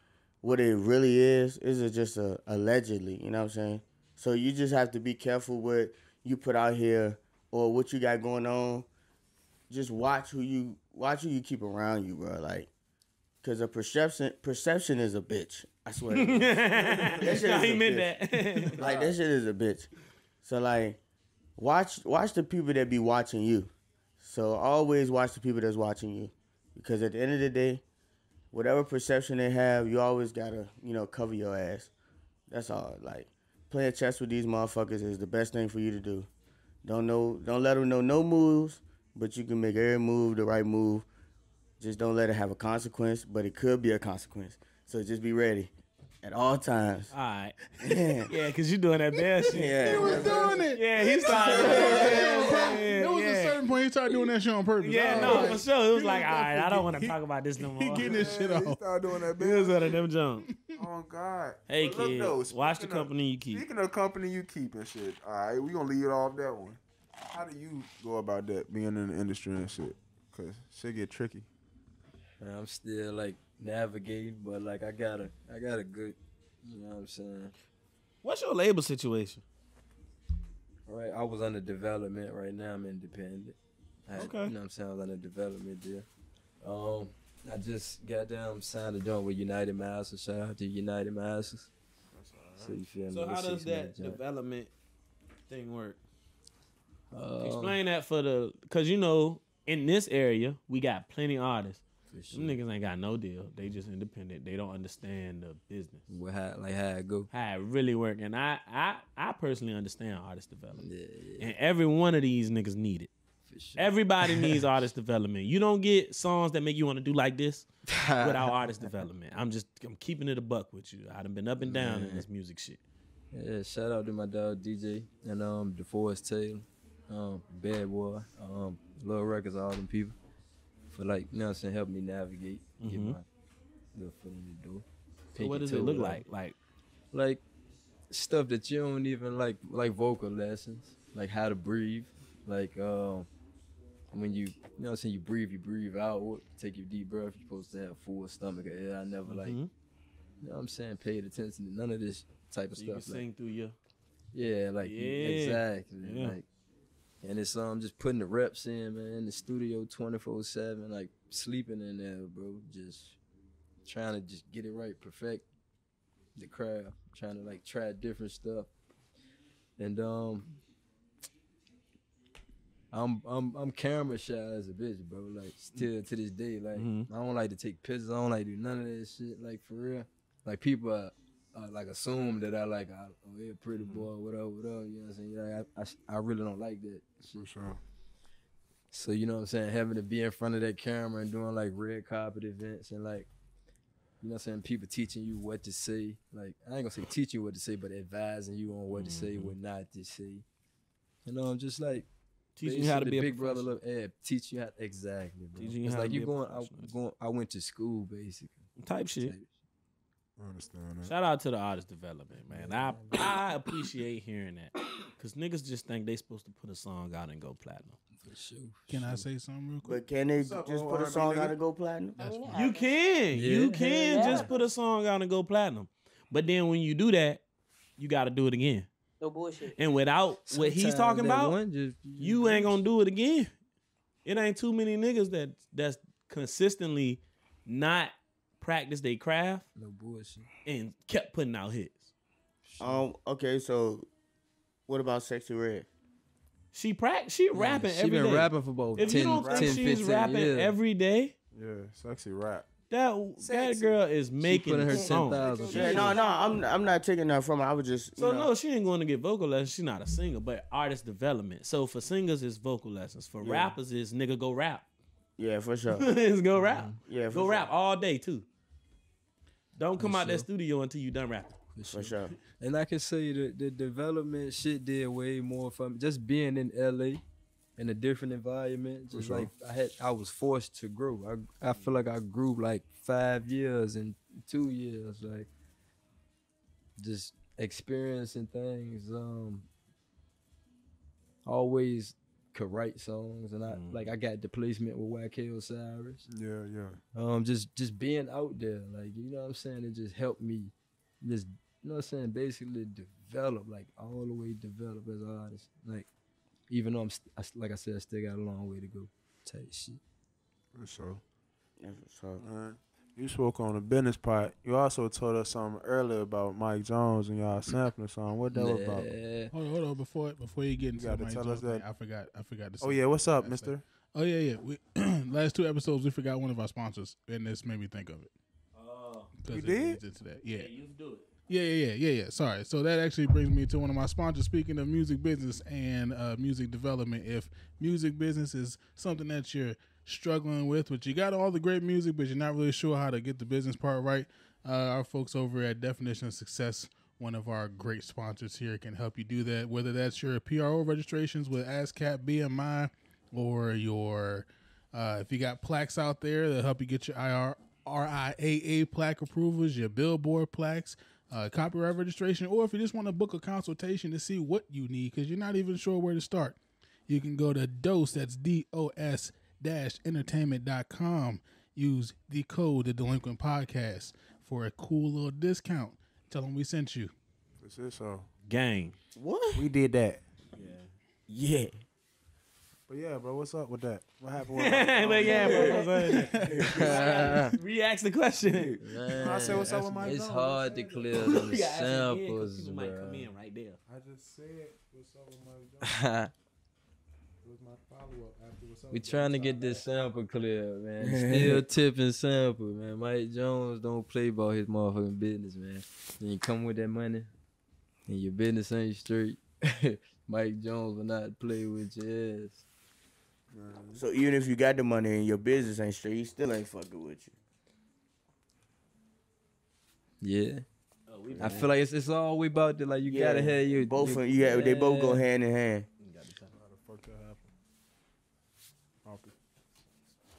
Speaker 6: what it really is. It's a- just a allegedly. You know what I'm saying? So you just have to be careful what you put out here or what you got going on. Just watch who you watch who you keep around you, bro. Like, cause a perception perception is a bitch. I swear. to
Speaker 1: *laughs*
Speaker 6: God. That shit
Speaker 1: Nah,
Speaker 6: is
Speaker 1: he
Speaker 6: a
Speaker 1: meant
Speaker 6: bitch.
Speaker 1: that. *laughs*
Speaker 6: *laughs* Like that shit is a bitch. So like, watch watch the people that be watching you. So always watch the people that's watching you, because at the end of the day, whatever perception they have, you always gotta you know cover your ass. That's all. Like playing chess with these motherfuckers is the best thing for you to do. Don't know. Don't let them know no moves, but you can make every move the right move. Just don't let it have a consequence, but it could be a consequence. So just be ready at
Speaker 4: *laughs*
Speaker 6: all times.
Speaker 1: All right. Yeah, because you doing that bad shit.
Speaker 6: *laughs* Yeah.
Speaker 4: He was doing it.
Speaker 1: Yeah, he started.
Speaker 4: It was,
Speaker 1: Yeah, yeah,
Speaker 4: it was a
Speaker 1: yeah.
Speaker 4: certain point. he started doing that shit on purpose.
Speaker 1: Yeah,
Speaker 4: I
Speaker 1: no,
Speaker 4: was
Speaker 1: for
Speaker 4: like,
Speaker 1: sure. It was like, all right, I don't want to talk about this no more.
Speaker 4: He getting his shit
Speaker 3: He
Speaker 4: off.
Speaker 3: started doing that
Speaker 1: It was
Speaker 3: business.
Speaker 1: out of them jump.
Speaker 3: Oh God.
Speaker 1: Hey
Speaker 3: But look,
Speaker 1: kids,
Speaker 3: though,
Speaker 1: watch the
Speaker 3: speaking of-
Speaker 1: company you keep.
Speaker 3: Speaking of company you keep and shit, all right, we gonna leave it off that one. How do you go about that being in the industry and shit? Cause shit get tricky.
Speaker 5: And I'm still like navigating, but like I got a, I got a good, you know what I'm saying.
Speaker 1: What's your label situation?
Speaker 5: All right, I was under development. Right now, I'm independent. I,
Speaker 1: Okay.
Speaker 5: You know what I'm saying? I was under development there. Um, I just got down signed a joint with United Masters. Shout out to United Masters. So you feel me?
Speaker 1: So how
Speaker 5: It's
Speaker 1: does
Speaker 5: six man
Speaker 1: that
Speaker 5: joint.
Speaker 1: development thing work?
Speaker 5: Um,
Speaker 1: Explain that for the, cause you know in this area we got plenty of artists.
Speaker 5: for sure.
Speaker 1: Them niggas ain't got no deal. They just independent. They don't understand the business.
Speaker 5: What how, like how it go?
Speaker 1: How it really work. And I, I, I personally understand artist development.
Speaker 5: Yeah, yeah,
Speaker 1: And every one of these niggas need it.
Speaker 5: for sure.
Speaker 1: Everybody needs artist development. You don't get songs that make you want to do like this without artist development. I'm just I'm keeping it a buck with you. I done been up and down in this music shit.
Speaker 5: Yeah, shout out to my dog DJ and um DeForest Taylor, um Bad Boy, um Lil Records, all them people for like you know what I'm saying, help me navigate, get
Speaker 1: Mhm.
Speaker 5: my little foot in the door.
Speaker 1: So
Speaker 5: Pinky
Speaker 1: what does it
Speaker 5: toe
Speaker 1: look
Speaker 5: up.
Speaker 1: like? Like
Speaker 5: Like stuff that you don't even like, like vocal lessons, like how to breathe, like um when you you know what I'm saying you breathe, you breathe out, or take your deep breath. You're supposed to have full stomach. of air. I never like
Speaker 1: Mhm.
Speaker 5: you know what I'm saying paid attention to none of this type of
Speaker 1: so you
Speaker 5: stuff.
Speaker 1: can
Speaker 5: like-
Speaker 1: sing through your
Speaker 5: yeah, like you-
Speaker 1: Yeah.
Speaker 5: exactly.
Speaker 1: Yeah.
Speaker 5: Like and it's um just putting the reps in, man, in the studio twenty four seven, like sleeping in there, bro. Just trying to just get it right, perfect the craft, trying to like try different stuff. And um I'm I'm I'm camera shy as a bitch, bro. Like still to this day, like
Speaker 1: Mhm.
Speaker 5: I don't like to take pictures. I don't like to do none of that shit. Like for real, like people are, are uh, like assume that I like I, oh yeah, pretty
Speaker 1: Mm-hmm.
Speaker 5: boy, what up, what up. You know what I'm saying? Like, I, I s- I really don't like that.
Speaker 8: For sure.
Speaker 5: So you know what I'm saying? Having to be in front of that camera and doing like red carpet events and like, you know what I'm saying? People teaching you what to say. Like I ain't gonna say teach you what to say, but advising you on what to say,
Speaker 1: Mm-hmm.
Speaker 5: what not to say. You know, I'm just like
Speaker 1: teaching you how to
Speaker 5: basically
Speaker 1: be a
Speaker 5: big brother.
Speaker 1: professional.
Speaker 5: Love, yeah, teach you how exactly, bro.
Speaker 1: Teaching you
Speaker 5: it's
Speaker 1: how to
Speaker 5: like
Speaker 1: be
Speaker 5: you
Speaker 1: a
Speaker 5: going, I,
Speaker 1: professional.
Speaker 5: going. I went to school basically.
Speaker 1: type shit.
Speaker 5: Like,
Speaker 8: I understand that.
Speaker 1: Shout out to the artist development, man. I I appreciate hearing that. Cause niggas just think they supposed to put a song out and go platinum.
Speaker 5: for sure.
Speaker 4: Can I say something real quick?
Speaker 6: But can they
Speaker 3: up,
Speaker 6: just put
Speaker 3: R&B
Speaker 6: a song
Speaker 3: nigga?
Speaker 6: out and go platinum?
Speaker 7: I mean, it
Speaker 1: You
Speaker 7: happens.
Speaker 1: can. You
Speaker 5: Yeah.
Speaker 1: can
Speaker 7: Yeah.
Speaker 1: just put a song out and go platinum. But then when you do that, you gotta do it again.
Speaker 7: No bullshit.
Speaker 1: And without what he's
Speaker 5: Sometimes
Speaker 1: talking
Speaker 5: that
Speaker 1: about,
Speaker 5: one just-
Speaker 1: you ain't gonna do it again. It ain't too many niggas that that's consistently not practice their craft
Speaker 5: no bullshit.
Speaker 1: and kept putting out hits.
Speaker 6: Um. Okay. So, what about Sexy Red?
Speaker 1: She prac she rapping
Speaker 5: she
Speaker 1: every day.
Speaker 5: been rapping for about
Speaker 1: if
Speaker 5: 10,
Speaker 1: you don't think
Speaker 5: 10,
Speaker 1: she's
Speaker 5: 15
Speaker 1: rapping
Speaker 5: years.
Speaker 1: every day,
Speaker 3: Yeah, sexy rap.
Speaker 1: that that girl is
Speaker 5: she
Speaker 1: making
Speaker 5: put in her ten
Speaker 1: songs.
Speaker 5: thousand.
Speaker 6: Yeah. No. No. I'm. I'm not taking that from. her. I was just. You
Speaker 1: So
Speaker 6: know,
Speaker 1: no, she ain't going to get vocal lessons. She's not a singer, but artist development. So for singers, it's vocal lessons. For rappers, it's nigga go rap. *laughs*
Speaker 6: Yeah. For sure.
Speaker 1: it's go rap.
Speaker 5: Mm-hmm.
Speaker 6: Yeah. For
Speaker 1: Go
Speaker 6: sure.
Speaker 1: rap all day too. Don't come
Speaker 5: For
Speaker 1: out that
Speaker 5: sure.
Speaker 1: studio until you done rapping.
Speaker 6: For sure.
Speaker 5: And I can say that the development shit did way more for me. Just being in LA in a different environment, just like I had I was forced to grow. I I feel like I grew like five years and two years, like just experiencing things. Um always could write songs and I
Speaker 1: Mm.
Speaker 5: like I got the placement with YK Osiris
Speaker 8: Yeah, yeah.
Speaker 5: um just just being out there like you know what i'm saying it just helped me just you know what i'm saying basically develop like all the way develop as an artist like even though i'm st- I, s- like i said i still got a long way to go type shit
Speaker 8: For sure.
Speaker 6: Yeah, for sure.
Speaker 3: Alright. You spoke on the business part. You also told us something earlier about Mike Jones and y'all sampling something. What that was about?
Speaker 5: Yeah.
Speaker 4: Hold on, hold on. Before before you get into
Speaker 3: gotta
Speaker 4: my
Speaker 3: tell
Speaker 4: joke,
Speaker 3: us that-
Speaker 4: I forgot. I forgot to. Say
Speaker 3: Oh yeah, what's up,
Speaker 4: That's
Speaker 3: Mister?
Speaker 4: Oh yeah, yeah. We, *clears throat* last two episodes, we forgot one of our sponsors, and this made me think of it. Oh,
Speaker 3: You did?
Speaker 4: Into that. Yeah.
Speaker 1: You do it.
Speaker 4: yeah, yeah, yeah, yeah, yeah. Sorry. So that actually brings me to one of my sponsors. Speaking of music business and uh, music development, if music business is something that you're struggling with, but you got all the great music, but you're not really sure how to get the business part right, uh, our folks over at Definition of Success, one of our great sponsors here, can help you do that. Whether that's your PRO registrations with ASCAP, BMI, or your uh, if you got plaques out there that help you get your IR, RIAA plaque approvals, your billboard plaques, uh, copyright registration, or if you just want to book a consultation to see what you need because you're not even sure where to start, you can go to DOS, that's D O S dash entertainment.com. Use the code the delinquent podcast for a cool little discount. Tell them we sent you.
Speaker 3: That's it, so.
Speaker 1: Gang.
Speaker 6: What?
Speaker 10: We did that.
Speaker 6: Yeah.
Speaker 10: But yeah, bro, what's up with that? What
Speaker 5: *laughs*
Speaker 10: happened with that?
Speaker 1: *laughs* but yeah, bro, *laughs* React the question. *laughs*
Speaker 10: I said, what's up with my
Speaker 5: It's
Speaker 10: dog?
Speaker 5: hard
Speaker 10: *laughs*
Speaker 5: to clear them samples,
Speaker 1: might
Speaker 5: bro.
Speaker 1: come in right there.
Speaker 10: I just said, what's up with my
Speaker 5: *laughs*
Speaker 10: dog? It was my follow-up after what's up
Speaker 5: We
Speaker 10: with
Speaker 5: trying to
Speaker 10: my
Speaker 5: get
Speaker 10: dog.
Speaker 5: this sample clear,
Speaker 6: *laughs*
Speaker 5: man. Still tipping sample, man. Mike Jones don't play about his motherfucking business, man. Then you come with that money, and your business ain't straight. *laughs* Mike Jones will not play with your ass.
Speaker 6: So even if you got the money and your business ain't straight, he still ain't fucking with you.
Speaker 5: Yeah.
Speaker 1: Oh,
Speaker 5: I feel like it's it's all we about to like you gotta
Speaker 6: Yeah,
Speaker 5: have your
Speaker 6: both.
Speaker 5: your,
Speaker 6: of, you got, They both go
Speaker 5: Yeah.
Speaker 6: hand in hand.
Speaker 10: Fuck that happened.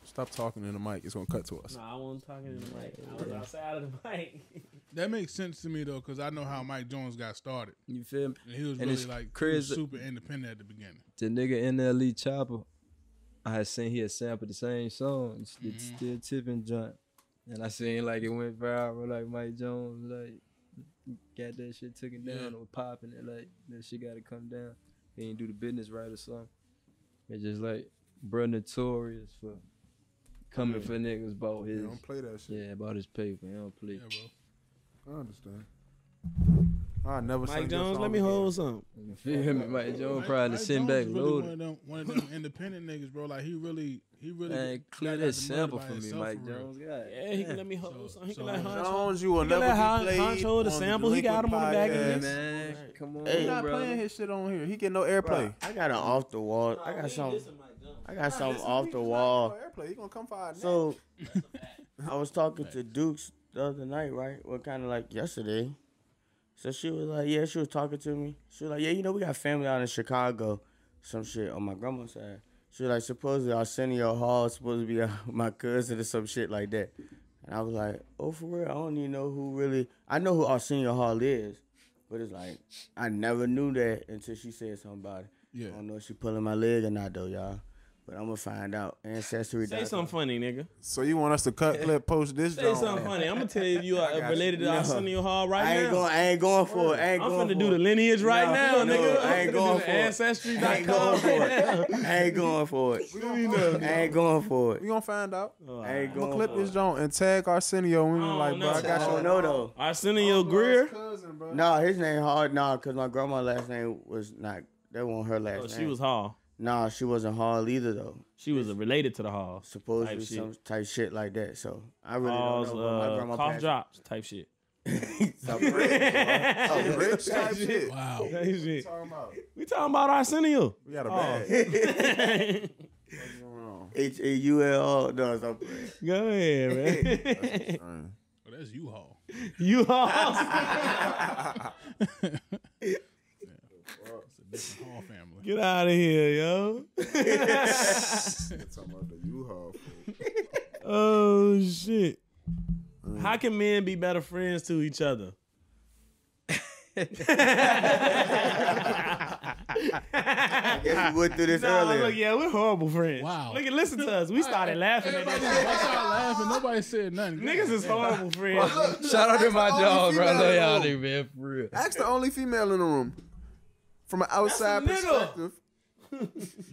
Speaker 3: Stop talking in the mic. It's going to cut to us.
Speaker 1: *laughs* No, I wasn't talking in the mic. I was outside of the *laughs* mic.
Speaker 4: That makes sense to me though, because I know how Mike Jones got started.
Speaker 5: You feel me?
Speaker 4: And he was
Speaker 5: And
Speaker 4: really
Speaker 5: it's
Speaker 4: like he was
Speaker 5: crazy-
Speaker 4: super independent at the beginning.
Speaker 5: The nigga in the Elite Chopper, I had seen he had sampled the same song. It's, it's
Speaker 4: Mm-hmm.
Speaker 5: still tipping joint. And I seen like it went viral, like Mike Jones, like got that shit taken down or popping it, like that shit gotta come down. He ain't do the business right or something. It's just like bruh notorious for coming for niggas about his
Speaker 8: You don't play that shit.
Speaker 5: yeah, about his paper. He don't play.
Speaker 4: Yeah, bro.
Speaker 8: I understand.
Speaker 10: I never sung
Speaker 1: Mike
Speaker 10: this
Speaker 1: Jones,
Speaker 10: song
Speaker 1: let me
Speaker 10: again.
Speaker 1: hold something.
Speaker 5: You feel me? Mike Jones
Speaker 4: Mike-
Speaker 5: probably
Speaker 4: Mike Jones
Speaker 5: sitting
Speaker 4: is
Speaker 5: back
Speaker 4: really
Speaker 5: loaded.
Speaker 4: One of, them, one of them independent niggas, bro. Like he really, he really
Speaker 5: Man,
Speaker 4: got
Speaker 5: clear
Speaker 4: out
Speaker 5: that
Speaker 4: the mud
Speaker 5: sample
Speaker 4: by
Speaker 5: for me,
Speaker 4: himself
Speaker 5: Mike
Speaker 4: for real.
Speaker 5: Jones. God.
Speaker 1: Yeah, he can let me hold
Speaker 4: So-
Speaker 1: something. He
Speaker 4: so-
Speaker 1: can let Hunch.
Speaker 10: Jones, you will
Speaker 1: Look at
Speaker 10: never
Speaker 1: that Hon-
Speaker 10: be played
Speaker 1: Hunch hold the
Speaker 10: on
Speaker 1: sample. He got
Speaker 10: Delinquent
Speaker 1: him on the back of
Speaker 10: Podcast.
Speaker 1: this.
Speaker 5: Man, come on,
Speaker 6: Hey,
Speaker 10: He's not
Speaker 5: brother.
Speaker 10: playing his shit on here. He get no airplay.
Speaker 6: I got an off the wall. I got some. I got something off the wall.
Speaker 10: Airplay. He gonna come for our neck.
Speaker 6: So *laughs* I was talking to Dukes the other night, right? Well, kind of like yesterday. So she was like, yeah, she was talking to me. She was like, yeah, you know, we got family out in Chicago, some shit on my grandma's side. She was like, supposedly Arsenio Hall is supposed to be uh, *laughs* my cousin or some shit like that. And I was like, oh, for real? I don't even know who really. I know who Arsenio Hall is, but it's like, I never knew that until she said something about it.
Speaker 4: Yeah.
Speaker 6: I don't know if she pulling my leg or not, though, y'all. But I'm gonna find out. Ancestry.
Speaker 1: Say something funny, nigga.
Speaker 10: So you want us to cut clip post this?
Speaker 1: Say
Speaker 10: joint?
Speaker 1: something funny. I'm gonna tell you you are related to
Speaker 6: No.
Speaker 1: Arsenio Hall right
Speaker 6: I ain't
Speaker 1: now.
Speaker 6: going. I ain't going for it. I ain't
Speaker 1: I'm
Speaker 6: going
Speaker 1: finna
Speaker 6: for
Speaker 1: do the
Speaker 6: it.
Speaker 1: lineage right
Speaker 6: No,
Speaker 1: now,
Speaker 6: no,
Speaker 1: nigga.
Speaker 6: I ain't
Speaker 1: I'm finna
Speaker 6: going
Speaker 1: do
Speaker 6: for
Speaker 1: the
Speaker 6: it.
Speaker 1: ancestry.
Speaker 6: I ain't going for it. I ain't going for it. I ain't going for
Speaker 10: We
Speaker 6: it.
Speaker 10: gonna find out.
Speaker 3: Oh.
Speaker 6: I ain't
Speaker 10: I'm gonna
Speaker 6: going
Speaker 10: clip
Speaker 6: for
Speaker 10: this
Speaker 6: it.
Speaker 10: joint and tag Arsenio. We
Speaker 1: don't
Speaker 10: like, bro,
Speaker 1: know.
Speaker 10: I
Speaker 6: I
Speaker 10: got your
Speaker 6: don't know though.
Speaker 1: Arsenio Greer.
Speaker 10: cousin, bro.
Speaker 6: No, his name hard. No, cause my grandma's last name was not. That wasn't her last
Speaker 1: Oh,
Speaker 6: name.
Speaker 1: she was Hall.
Speaker 6: Nah, she wasn't hard either though.
Speaker 1: She was related to the Halls.
Speaker 6: Supposedly
Speaker 1: Type shit.
Speaker 6: some type shit like that. So I really
Speaker 1: Halls,
Speaker 6: don't know. but my
Speaker 1: uh,
Speaker 6: grandma
Speaker 1: cough
Speaker 6: passed-
Speaker 1: drops type
Speaker 6: *laughs*
Speaker 1: shit. *laughs*
Speaker 6: Stop
Speaker 10: *laughs*
Speaker 6: it.
Speaker 10: Rich
Speaker 3: *laughs*
Speaker 10: type shit.
Speaker 1: *laughs*
Speaker 4: Wow.
Speaker 1: Type shit. We talking about Arsenio.
Speaker 10: We got a bag.
Speaker 3: *laughs*
Speaker 6: Oh. H A U L. No, stop it.
Speaker 1: *laughs* Go ahead,
Speaker 6: *laughs*
Speaker 1: man.
Speaker 4: Well, that's
Speaker 1: *laughs*
Speaker 4: you haul.
Speaker 1: you Halls.
Speaker 4: Different Hall family.
Speaker 1: *laughs* Get out of here, yo.
Speaker 8: Talking about the U-Haul. fool.
Speaker 1: Oh shit. How can men be better friends to each other?
Speaker 6: Guess we went
Speaker 10: *laughs*
Speaker 6: through this
Speaker 1: Nah,
Speaker 6: earlier.
Speaker 1: look, yeah, we're horrible friends.
Speaker 4: Wow.
Speaker 1: Look at listen to us. We started laughing at
Speaker 4: Everybody
Speaker 1: that.
Speaker 4: started laughing. Nobody said nothing.
Speaker 1: Niggas
Speaker 6: *laughs*
Speaker 1: is horrible friends.
Speaker 5: Shout out to my
Speaker 10: only
Speaker 5: dog, bro. I
Speaker 10: female
Speaker 5: love y'all
Speaker 10: in
Speaker 5: nigga, man, for real.
Speaker 10: Ask the only female in the room. From an outside
Speaker 1: That's a nigga.
Speaker 10: perspective,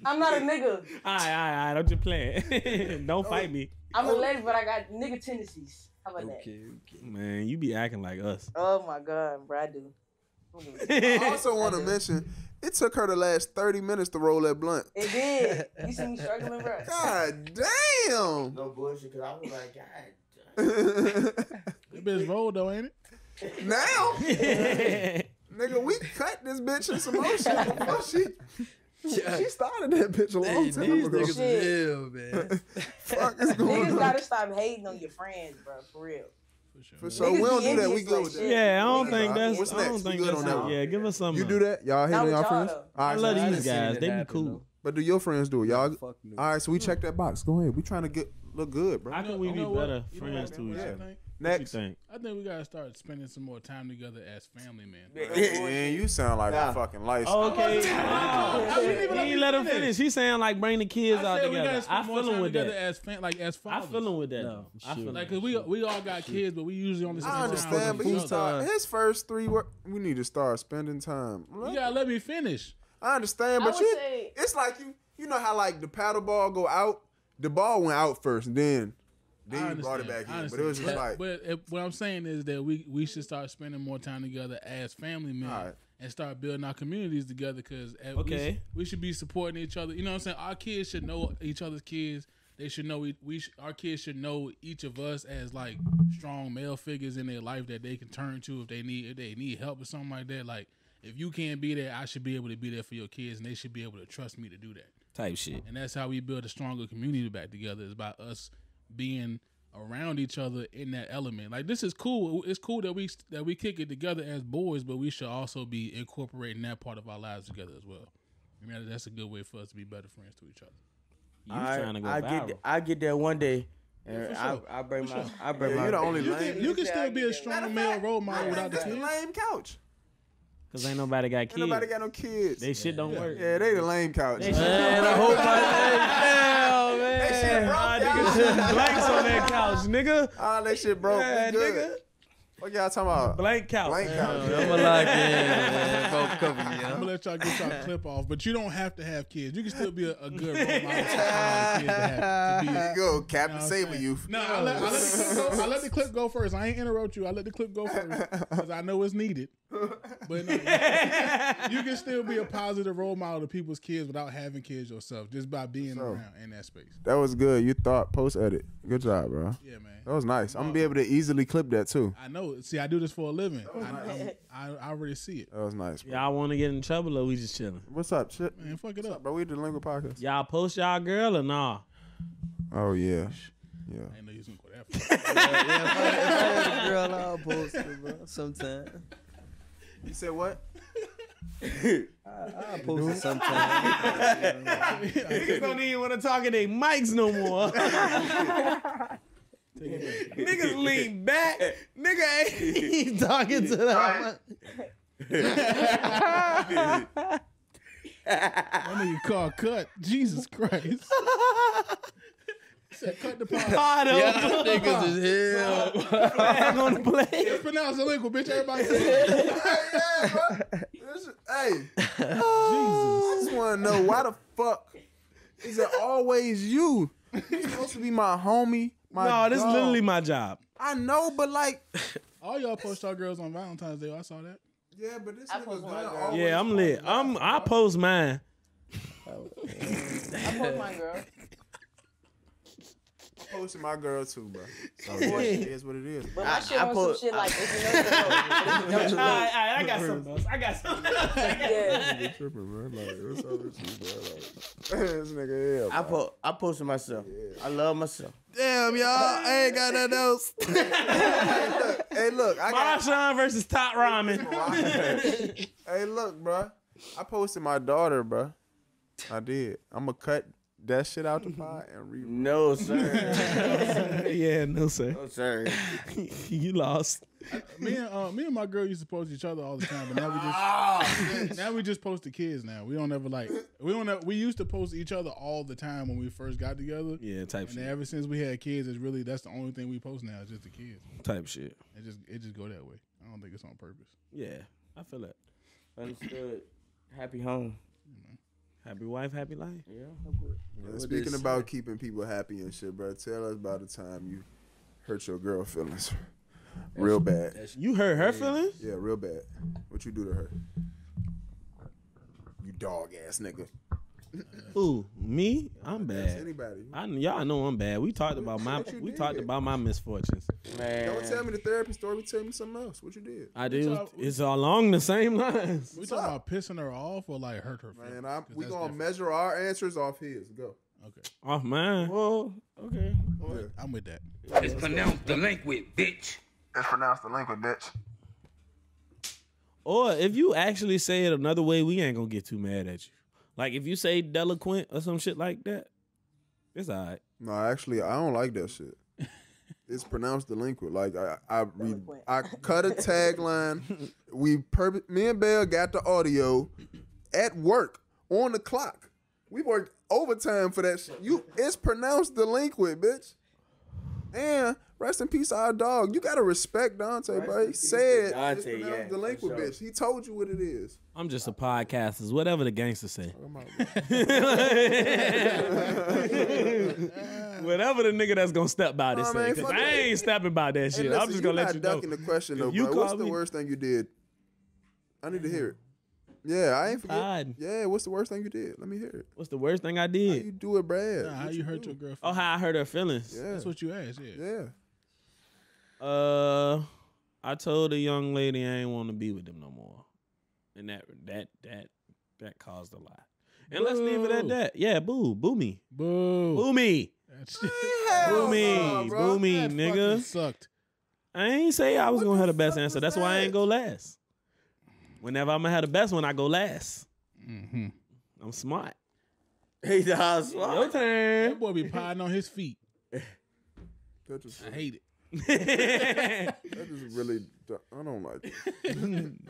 Speaker 7: I'm *laughs* not a nigga.
Speaker 1: Alright, alright, alright. I'm just playing. *laughs* Don't fight me.
Speaker 7: I'm a lady, but I got nigga tendencies. How about
Speaker 5: Okay, okay.
Speaker 1: Man, you be acting like *laughs* us.
Speaker 7: that? Oh my god, bro, I do.
Speaker 10: I also
Speaker 7: *laughs*
Speaker 10: want to mention it took her the last 30 minutes to roll that blunt.
Speaker 7: It did. You see me struggling, bro.
Speaker 1: *laughs*
Speaker 10: God
Speaker 7: *laughs*
Speaker 10: damn.
Speaker 6: No bullshit, cause I was like, *laughs* God.
Speaker 4: That bitch rolled though, ain't it?
Speaker 10: now, nigga, we cut this bitch in some more
Speaker 7: *laughs*
Speaker 10: shit before she. She started that bitch a long
Speaker 5: These
Speaker 10: time ago. *laughs*
Speaker 5: niggas is
Speaker 7: Shit.
Speaker 5: ill, man.
Speaker 10: Fuck is going
Speaker 7: Niggas
Speaker 10: on?
Speaker 7: gotta stop hating on your friends, bro. For real.
Speaker 10: For sure, we
Speaker 7: Niggas
Speaker 10: don't
Speaker 7: be
Speaker 10: do that. We
Speaker 7: envious
Speaker 10: good
Speaker 7: like
Speaker 10: with that.
Speaker 7: shit.
Speaker 1: yeah, I don't
Speaker 10: What's
Speaker 1: think
Speaker 10: next?
Speaker 1: that's
Speaker 10: What's
Speaker 1: I don't
Speaker 10: next? We
Speaker 1: think
Speaker 10: good
Speaker 1: that's
Speaker 10: on that
Speaker 1: it.
Speaker 10: one?
Speaker 1: Yeah, give us some. uh,
Speaker 10: You do that? Y'all hit
Speaker 7: Not
Speaker 10: on
Speaker 7: with
Speaker 10: y'all
Speaker 7: y'all,
Speaker 10: friends?
Speaker 7: though.
Speaker 10: All
Speaker 1: I love
Speaker 10: so
Speaker 1: these
Speaker 5: seen
Speaker 1: guys.
Speaker 5: it
Speaker 1: They be
Speaker 5: happen,
Speaker 1: cool.
Speaker 5: though.
Speaker 3: But do your friends do it, y'all?
Speaker 1: Fuck no.
Speaker 3: All right, so we check that box. Go ahead. We trying to get look good, bro.
Speaker 1: How can we be better friends to each other?
Speaker 3: Next.
Speaker 1: What you think?
Speaker 4: I think we gotta start spending some more time together as family, man.
Speaker 3: Man, you sound like a fucking life.
Speaker 4: Oh,
Speaker 1: Okay.
Speaker 4: I didn't even let
Speaker 1: he
Speaker 4: me
Speaker 1: let him
Speaker 4: finish.
Speaker 1: finish. He's saying like bring the kids
Speaker 4: I
Speaker 1: out
Speaker 4: said we gotta
Speaker 1: together. I
Speaker 4: spend more
Speaker 1: feel him
Speaker 4: time
Speaker 1: with
Speaker 4: together
Speaker 1: that.
Speaker 4: as fan, like as
Speaker 1: I
Speaker 4: fathers.
Speaker 1: feel him with that. though. I feel
Speaker 4: Like,
Speaker 1: him.
Speaker 4: cause we we all got kids, but we usually only. spend
Speaker 3: I
Speaker 4: time
Speaker 3: understand,
Speaker 4: with
Speaker 3: but you
Speaker 4: each other.
Speaker 3: start his first three. Work, we need to start spending time.
Speaker 4: You gotta let me finish.
Speaker 3: I understand,
Speaker 7: I
Speaker 3: but
Speaker 7: would
Speaker 3: you,
Speaker 7: say-
Speaker 3: it's like you, you know how like the paddle ball go out, the ball went out first, and then,
Speaker 4: I
Speaker 3: then you brought it
Speaker 4: understand,
Speaker 3: back
Speaker 4: I
Speaker 3: in. But it was just
Speaker 4: understand.
Speaker 3: like,
Speaker 4: But if, what I'm saying is that we we should start spending more time together as family men
Speaker 3: Alright.
Speaker 4: and start building our communities together. Because
Speaker 1: Okay.
Speaker 4: we, sh- we should be supporting each other. You know what I'm saying? Our kids should know each other's kids. They should know we, we sh- our kids should know each of us as like strong male figures in their life that they can turn to if they need if they need help or something like that. Like if you can't be there, I should be able to be there for your kids, and they should be able to trust me to do that
Speaker 1: type shit.
Speaker 4: and that's how we build a stronger community back together is by us being around each other in that element like this is cool it's cool that we that we kick it together as boys but we should also be incorporating that part of our lives together as well I mean, that's a good way for us to be better friends to each other
Speaker 1: You
Speaker 6: I,
Speaker 1: trying to go
Speaker 6: I
Speaker 1: viral?
Speaker 6: get I get there one day, and
Speaker 4: for sure.
Speaker 6: I I bring my I bring
Speaker 3: yeah,
Speaker 6: my.
Speaker 3: you're the only
Speaker 4: you can,
Speaker 3: lame.
Speaker 4: you can still be a strong male role model
Speaker 3: That's
Speaker 4: without the
Speaker 3: the
Speaker 4: twins
Speaker 3: lame couch.
Speaker 1: Cause ain't nobody got kids.
Speaker 3: Ain't nobody got no kids.
Speaker 1: they shit don't work.
Speaker 3: yeah, they the lame couch. *laughs*
Speaker 1: They shit don't work. Hell, man.
Speaker 3: That shit broke,
Speaker 1: Ah,
Speaker 3: y'all.
Speaker 1: nigga, shit blanks on that couch, nigga.
Speaker 3: All Ah, that shit broke.
Speaker 1: Yeah,
Speaker 3: Yeah, good.
Speaker 1: nigga.
Speaker 3: What y'all talking about?
Speaker 1: Blank couch.
Speaker 3: Blank couch.
Speaker 5: I'm a lock in. man. Cover- cover me,
Speaker 4: *laughs* I'm
Speaker 5: huh?
Speaker 4: gonna let y'all get y'all clip off, but you don't have to have kids. You can still be a, a good role model to have kids to have- to be
Speaker 3: Here you go, Captain
Speaker 4: I'm
Speaker 3: Saber
Speaker 4: saying.
Speaker 3: Youth.
Speaker 4: No, I let, I, let
Speaker 3: *laughs*
Speaker 4: the clip go, I let the clip go first. I ain't interrupt you. I let the clip go first because I know it's needed. But no, you can still be a positive role model to people's kids without having kids yourself, just by being around in that space.
Speaker 3: That was good. You thought post edit. Good job, bro.
Speaker 4: Yeah, man.
Speaker 3: That was nice. I'm gonna be able to easily clip that too.
Speaker 4: I know. it. See, I do this for a living. I, I'm- I, I already see it.
Speaker 3: That was nice. Bro.
Speaker 1: Y'all want to get in trouble or we just chilling?
Speaker 3: What's up, shit?
Speaker 4: Man, fuck it up.
Speaker 3: Bro, we the Lingua podcast.
Speaker 1: Y'all post y'all girl or nah?
Speaker 3: Oh yeah, *laughs* yeah.
Speaker 4: I didn't know you was gonna go that far.
Speaker 5: *laughs* Girl, I'll post it, bro. Sometime.
Speaker 3: You said
Speaker 5: *laughs*
Speaker 3: what?
Speaker 5: I'll post it sometime.
Speaker 1: Niggas don't even want to talk in their mics no *laughs* more. Niggas lean back. Nigga ain't *laughs* even talking to them.
Speaker 4: That
Speaker 3: *laughs*
Speaker 4: nigga called cut. Jesus Christ. said cut the pod.
Speaker 1: Pod
Speaker 5: Y'all
Speaker 1: open.
Speaker 5: niggas is here.
Speaker 1: Flag on the play.
Speaker 3: *laughs*
Speaker 4: It's pronounced illegal, bitch. Everybody say it.
Speaker 3: yeah, bro. This- hey, I just want to know why the fuck is it always you? You're supposed to be my homie. My
Speaker 1: No, this is
Speaker 3: dog.
Speaker 1: literally my job.
Speaker 3: I know, but like.
Speaker 4: All y'all post y'all girls on Valentine's Day. Oh, I saw that.
Speaker 3: Yeah, but this
Speaker 7: I nigga post my gonna girl. always
Speaker 1: Yeah, I'm lit. I'm I post mine.
Speaker 7: I post my girl.
Speaker 3: posting my girl too, bro. So yeah, it is what it is.
Speaker 7: But my shit
Speaker 6: I
Speaker 7: on
Speaker 6: post-
Speaker 7: some shit like if you know the
Speaker 10: *laughs*
Speaker 7: road, if you don't know-
Speaker 1: I got something else. I got something
Speaker 7: Yeah.
Speaker 3: You tripping, bro? Like, what's up with you, bro? *laughs* Like, this nigga, yeah.
Speaker 6: I po- I posted myself. I love myself.
Speaker 3: Damn, y'all, I ain't got nothing *laughs* else. hey, look,
Speaker 1: *laughs*
Speaker 3: I got.
Speaker 1: Marshawn versus Top Ramen.
Speaker 3: hey, look, bro. I posted my daughter, bro. I did. I'm gonna cut that shit out the pot and re. *laughs*
Speaker 6: No
Speaker 1: *laughs*
Speaker 6: sir,
Speaker 1: yeah, no sir.
Speaker 6: no sir.
Speaker 1: *laughs* you lost.
Speaker 4: Me and uh, me and my girl used to post each other all the time, but now we
Speaker 3: *laughs* Ah,
Speaker 4: just now we just post the kids. Now we don't ever like we don't ever, we used to post each other all the time when we first got together,
Speaker 1: Yeah, type
Speaker 4: and
Speaker 1: shit.
Speaker 4: ever since we had kids, it's really that's the only thing we post now is just the kids.
Speaker 1: Type shit.
Speaker 4: It just it just go that way. I don't think it's on purpose.
Speaker 1: Yeah, I feel that.
Speaker 6: Understood. Happy home.
Speaker 1: Happy wife, happy life.
Speaker 6: Yeah.
Speaker 3: And speaking about keeping people happy and shit, bro. Tell us about the time you hurt your girl feelings, real bad.
Speaker 1: You hurt her feelings?
Speaker 3: Yeah, real bad. What you do to her? You dog ass nigga.
Speaker 1: Ooh, me? I'm
Speaker 3: Ask
Speaker 1: bad.
Speaker 3: anybody.
Speaker 1: I kn- y'all know I'm bad. We talked about my
Speaker 3: What you
Speaker 1: we
Speaker 3: did?
Speaker 1: talked about my misfortunes.
Speaker 6: Man.
Speaker 3: Don't tell me the therapy story. Tell me something else. What you did?
Speaker 1: I do.
Speaker 4: all-
Speaker 1: It's along the same lines.
Speaker 4: We talking about pissing her off or like hurt her feelings?
Speaker 3: Man, I'm,
Speaker 4: 'Cause
Speaker 3: we
Speaker 4: that's
Speaker 3: gonna
Speaker 4: different.
Speaker 3: measure our answers off his. Go.
Speaker 4: okay.
Speaker 1: Off mine.
Speaker 6: Well, okay.
Speaker 4: I'm with that.
Speaker 11: It's pronounced the link with bitch.
Speaker 2: It's pronounced the liquid, bitch.
Speaker 1: Or if you actually say it another way, we ain't gonna get too mad at you. Like if you say delinquent or some shit like that, it's all right.
Speaker 3: No, actually, I don't like that
Speaker 4: *laughs*
Speaker 3: shit. It's pronounced delinquent. Like I, I, re,
Speaker 6: *laughs*
Speaker 3: I cut a tagline. We per- me and Bell got the audio at work on the clock. We worked overtime for that shit. You, it's pronounced delinquent, bitch. And rest in peace, our dog. You gotta respect Dante,
Speaker 6: Rest
Speaker 3: bro.
Speaker 6: in
Speaker 3: He
Speaker 6: peace to
Speaker 3: said
Speaker 6: Dante,
Speaker 3: it's pronounced
Speaker 6: yeah, for
Speaker 3: delinquent,
Speaker 6: sure.
Speaker 3: bitch. He told you what it is.
Speaker 1: I'm just a podcast. Is whatever the gangsters say. *laughs* whatever the nigga that's gonna step by this
Speaker 3: Nah,
Speaker 1: say.
Speaker 3: man,
Speaker 1: 'cause
Speaker 3: fuck
Speaker 1: I
Speaker 3: that.
Speaker 1: ain't stepping by that shit.
Speaker 3: Hey,
Speaker 1: I'm
Speaker 3: listen,
Speaker 1: just gonna
Speaker 3: you
Speaker 1: let
Speaker 3: not
Speaker 1: you know.
Speaker 3: ducking the question though,
Speaker 1: If you
Speaker 3: bro. What's
Speaker 1: call
Speaker 3: the
Speaker 1: me-
Speaker 3: worst thing you did? I need to hear it. Yeah, I ain't forget.
Speaker 1: Pod.
Speaker 3: Yeah, what's the worst thing you did? Let me hear it.
Speaker 1: What's the worst thing I did?
Speaker 3: You do it, Brad.
Speaker 4: Nah, how you hurt your girlfriend?
Speaker 1: Oh, how I hurt her feelings.
Speaker 3: Yeah.
Speaker 4: That's what you asked. Yeah.
Speaker 3: Yeah.
Speaker 1: Uh, I told the young lady I ain't want to be with them no more, and that that that that caused a lot. And let's leave it at
Speaker 4: Boo.
Speaker 1: that. Yeah, boo, boo me,
Speaker 4: Boo.
Speaker 1: boo me,
Speaker 4: That's
Speaker 1: boo me,
Speaker 3: no, bro.
Speaker 1: boo me,
Speaker 4: That fucking
Speaker 1: nigga.
Speaker 4: *laughs* sucked.
Speaker 1: I ain't say I was
Speaker 3: What
Speaker 1: gonna
Speaker 3: the
Speaker 1: have the best
Speaker 3: fuck
Speaker 1: answer.
Speaker 3: was
Speaker 1: That's why I
Speaker 3: that?
Speaker 1: ain't go last. Whenever I'm gonna have the best one, I go last.
Speaker 3: Mm-hmm.
Speaker 4: Mhm.
Speaker 1: I'm smart.
Speaker 6: He's a hot
Speaker 1: Your
Speaker 4: That
Speaker 6: swat.
Speaker 1: turn.
Speaker 3: *laughs*
Speaker 4: boy be potting on his feet.
Speaker 1: *laughs*
Speaker 3: That is,
Speaker 4: I hate it.
Speaker 3: that is really. du- I don't like.
Speaker 1: *laughs*
Speaker 3: It.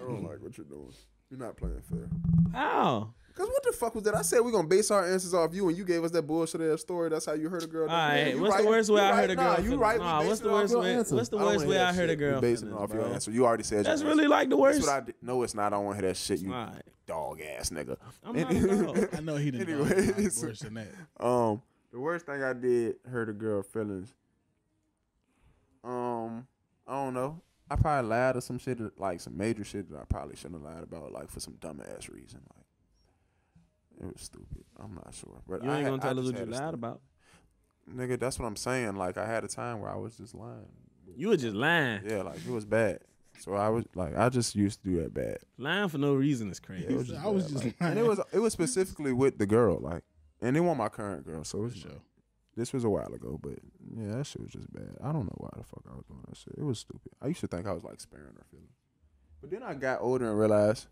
Speaker 3: I don't like what you're doing. You're not playing fair.
Speaker 1: How?
Speaker 3: Cause what the fuck was that? I said we gonna base our answers off you, and you gave us that bullshit ass story. That's how you hurt a girl.
Speaker 1: All right.
Speaker 3: you
Speaker 1: what's
Speaker 3: right.
Speaker 1: the worst way
Speaker 3: You
Speaker 1: I
Speaker 3: right.
Speaker 1: heard a girl?
Speaker 3: Nah, you
Speaker 1: feeling?
Speaker 3: right. We
Speaker 1: Nah, what's
Speaker 3: basing
Speaker 1: the
Speaker 3: it off
Speaker 1: worst
Speaker 3: your
Speaker 1: way?
Speaker 3: answer.
Speaker 1: What's the
Speaker 3: I don't
Speaker 1: worst
Speaker 3: wanna
Speaker 1: way
Speaker 3: hear
Speaker 1: I
Speaker 3: that
Speaker 1: heard a
Speaker 3: shit.
Speaker 1: girl?
Speaker 3: We basing it
Speaker 1: feeling,
Speaker 3: off your
Speaker 1: bro?
Speaker 3: answer. You already said
Speaker 1: That's
Speaker 3: your
Speaker 1: really
Speaker 3: answer.
Speaker 1: like the worst.
Speaker 3: That's what I did. No, it's not. I don't want to hear that shit. You
Speaker 1: All right.
Speaker 3: dog ass nigga.
Speaker 1: I'm not a
Speaker 3: *laughs*
Speaker 1: dog.
Speaker 4: I know he didn't know
Speaker 3: Anyway,
Speaker 4: about
Speaker 3: it's-
Speaker 4: worse than that.
Speaker 3: Um, the worst thing I did hurt a girl feelings. Um, I don't know. I probably lied or some shit that- like some major shit that I probably shouldn't have lied about, like for some dumb ass reason. Like it was stupid. I'm not sure, but
Speaker 1: You
Speaker 3: I
Speaker 1: ain't
Speaker 3: had-
Speaker 1: gonna
Speaker 3: I
Speaker 1: tell us
Speaker 3: just
Speaker 1: what you
Speaker 3: had a
Speaker 1: lied
Speaker 3: stu-
Speaker 1: about.
Speaker 3: nigga. That's what I'm saying. Like I had a time where I was just lying.
Speaker 1: You were just lying.
Speaker 3: Yeah, like it was bad. So I was like, I just used to do that bad.
Speaker 1: Lying for no reason is crazy.
Speaker 3: It was
Speaker 4: I was
Speaker 3: bad,
Speaker 4: just
Speaker 3: like-
Speaker 4: *laughs* lying.
Speaker 3: *laughs* and it was it was specifically with the girl, like, and it wasn't my current girl, so it's
Speaker 4: Sure.
Speaker 3: this was a while ago, but yeah, that shit was just bad. I don't know why the fuck I was doing that shit. It was stupid. I used to think I was like sparing her feelings, but then I got older and realized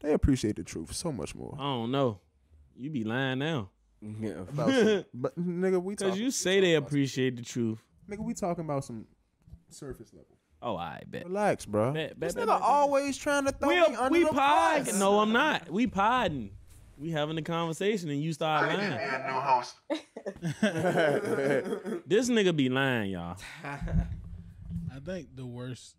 Speaker 3: they appreciate the truth so much more.
Speaker 1: *laughs* I don't know. You be lying now.
Speaker 6: Yeah.
Speaker 3: About some- but nigga, we
Speaker 1: Cause
Speaker 3: talking,
Speaker 1: you say they appreciate the truth.
Speaker 3: nigga, we talking about some surface level.
Speaker 1: Oh, I bet.
Speaker 3: Relax, bro.
Speaker 1: Bet, bet,
Speaker 3: this
Speaker 1: bet,
Speaker 3: nigga
Speaker 1: bet, bet.
Speaker 3: always trying to throw
Speaker 1: We,
Speaker 3: me under
Speaker 1: we
Speaker 3: the
Speaker 1: pod.
Speaker 3: bus.
Speaker 1: No, I'm not. We podding. We having a conversation and you start
Speaker 12: I need to be
Speaker 1: lying.
Speaker 12: a new host.
Speaker 1: *laughs* This nigga be lying, y'all.
Speaker 4: I think the worst.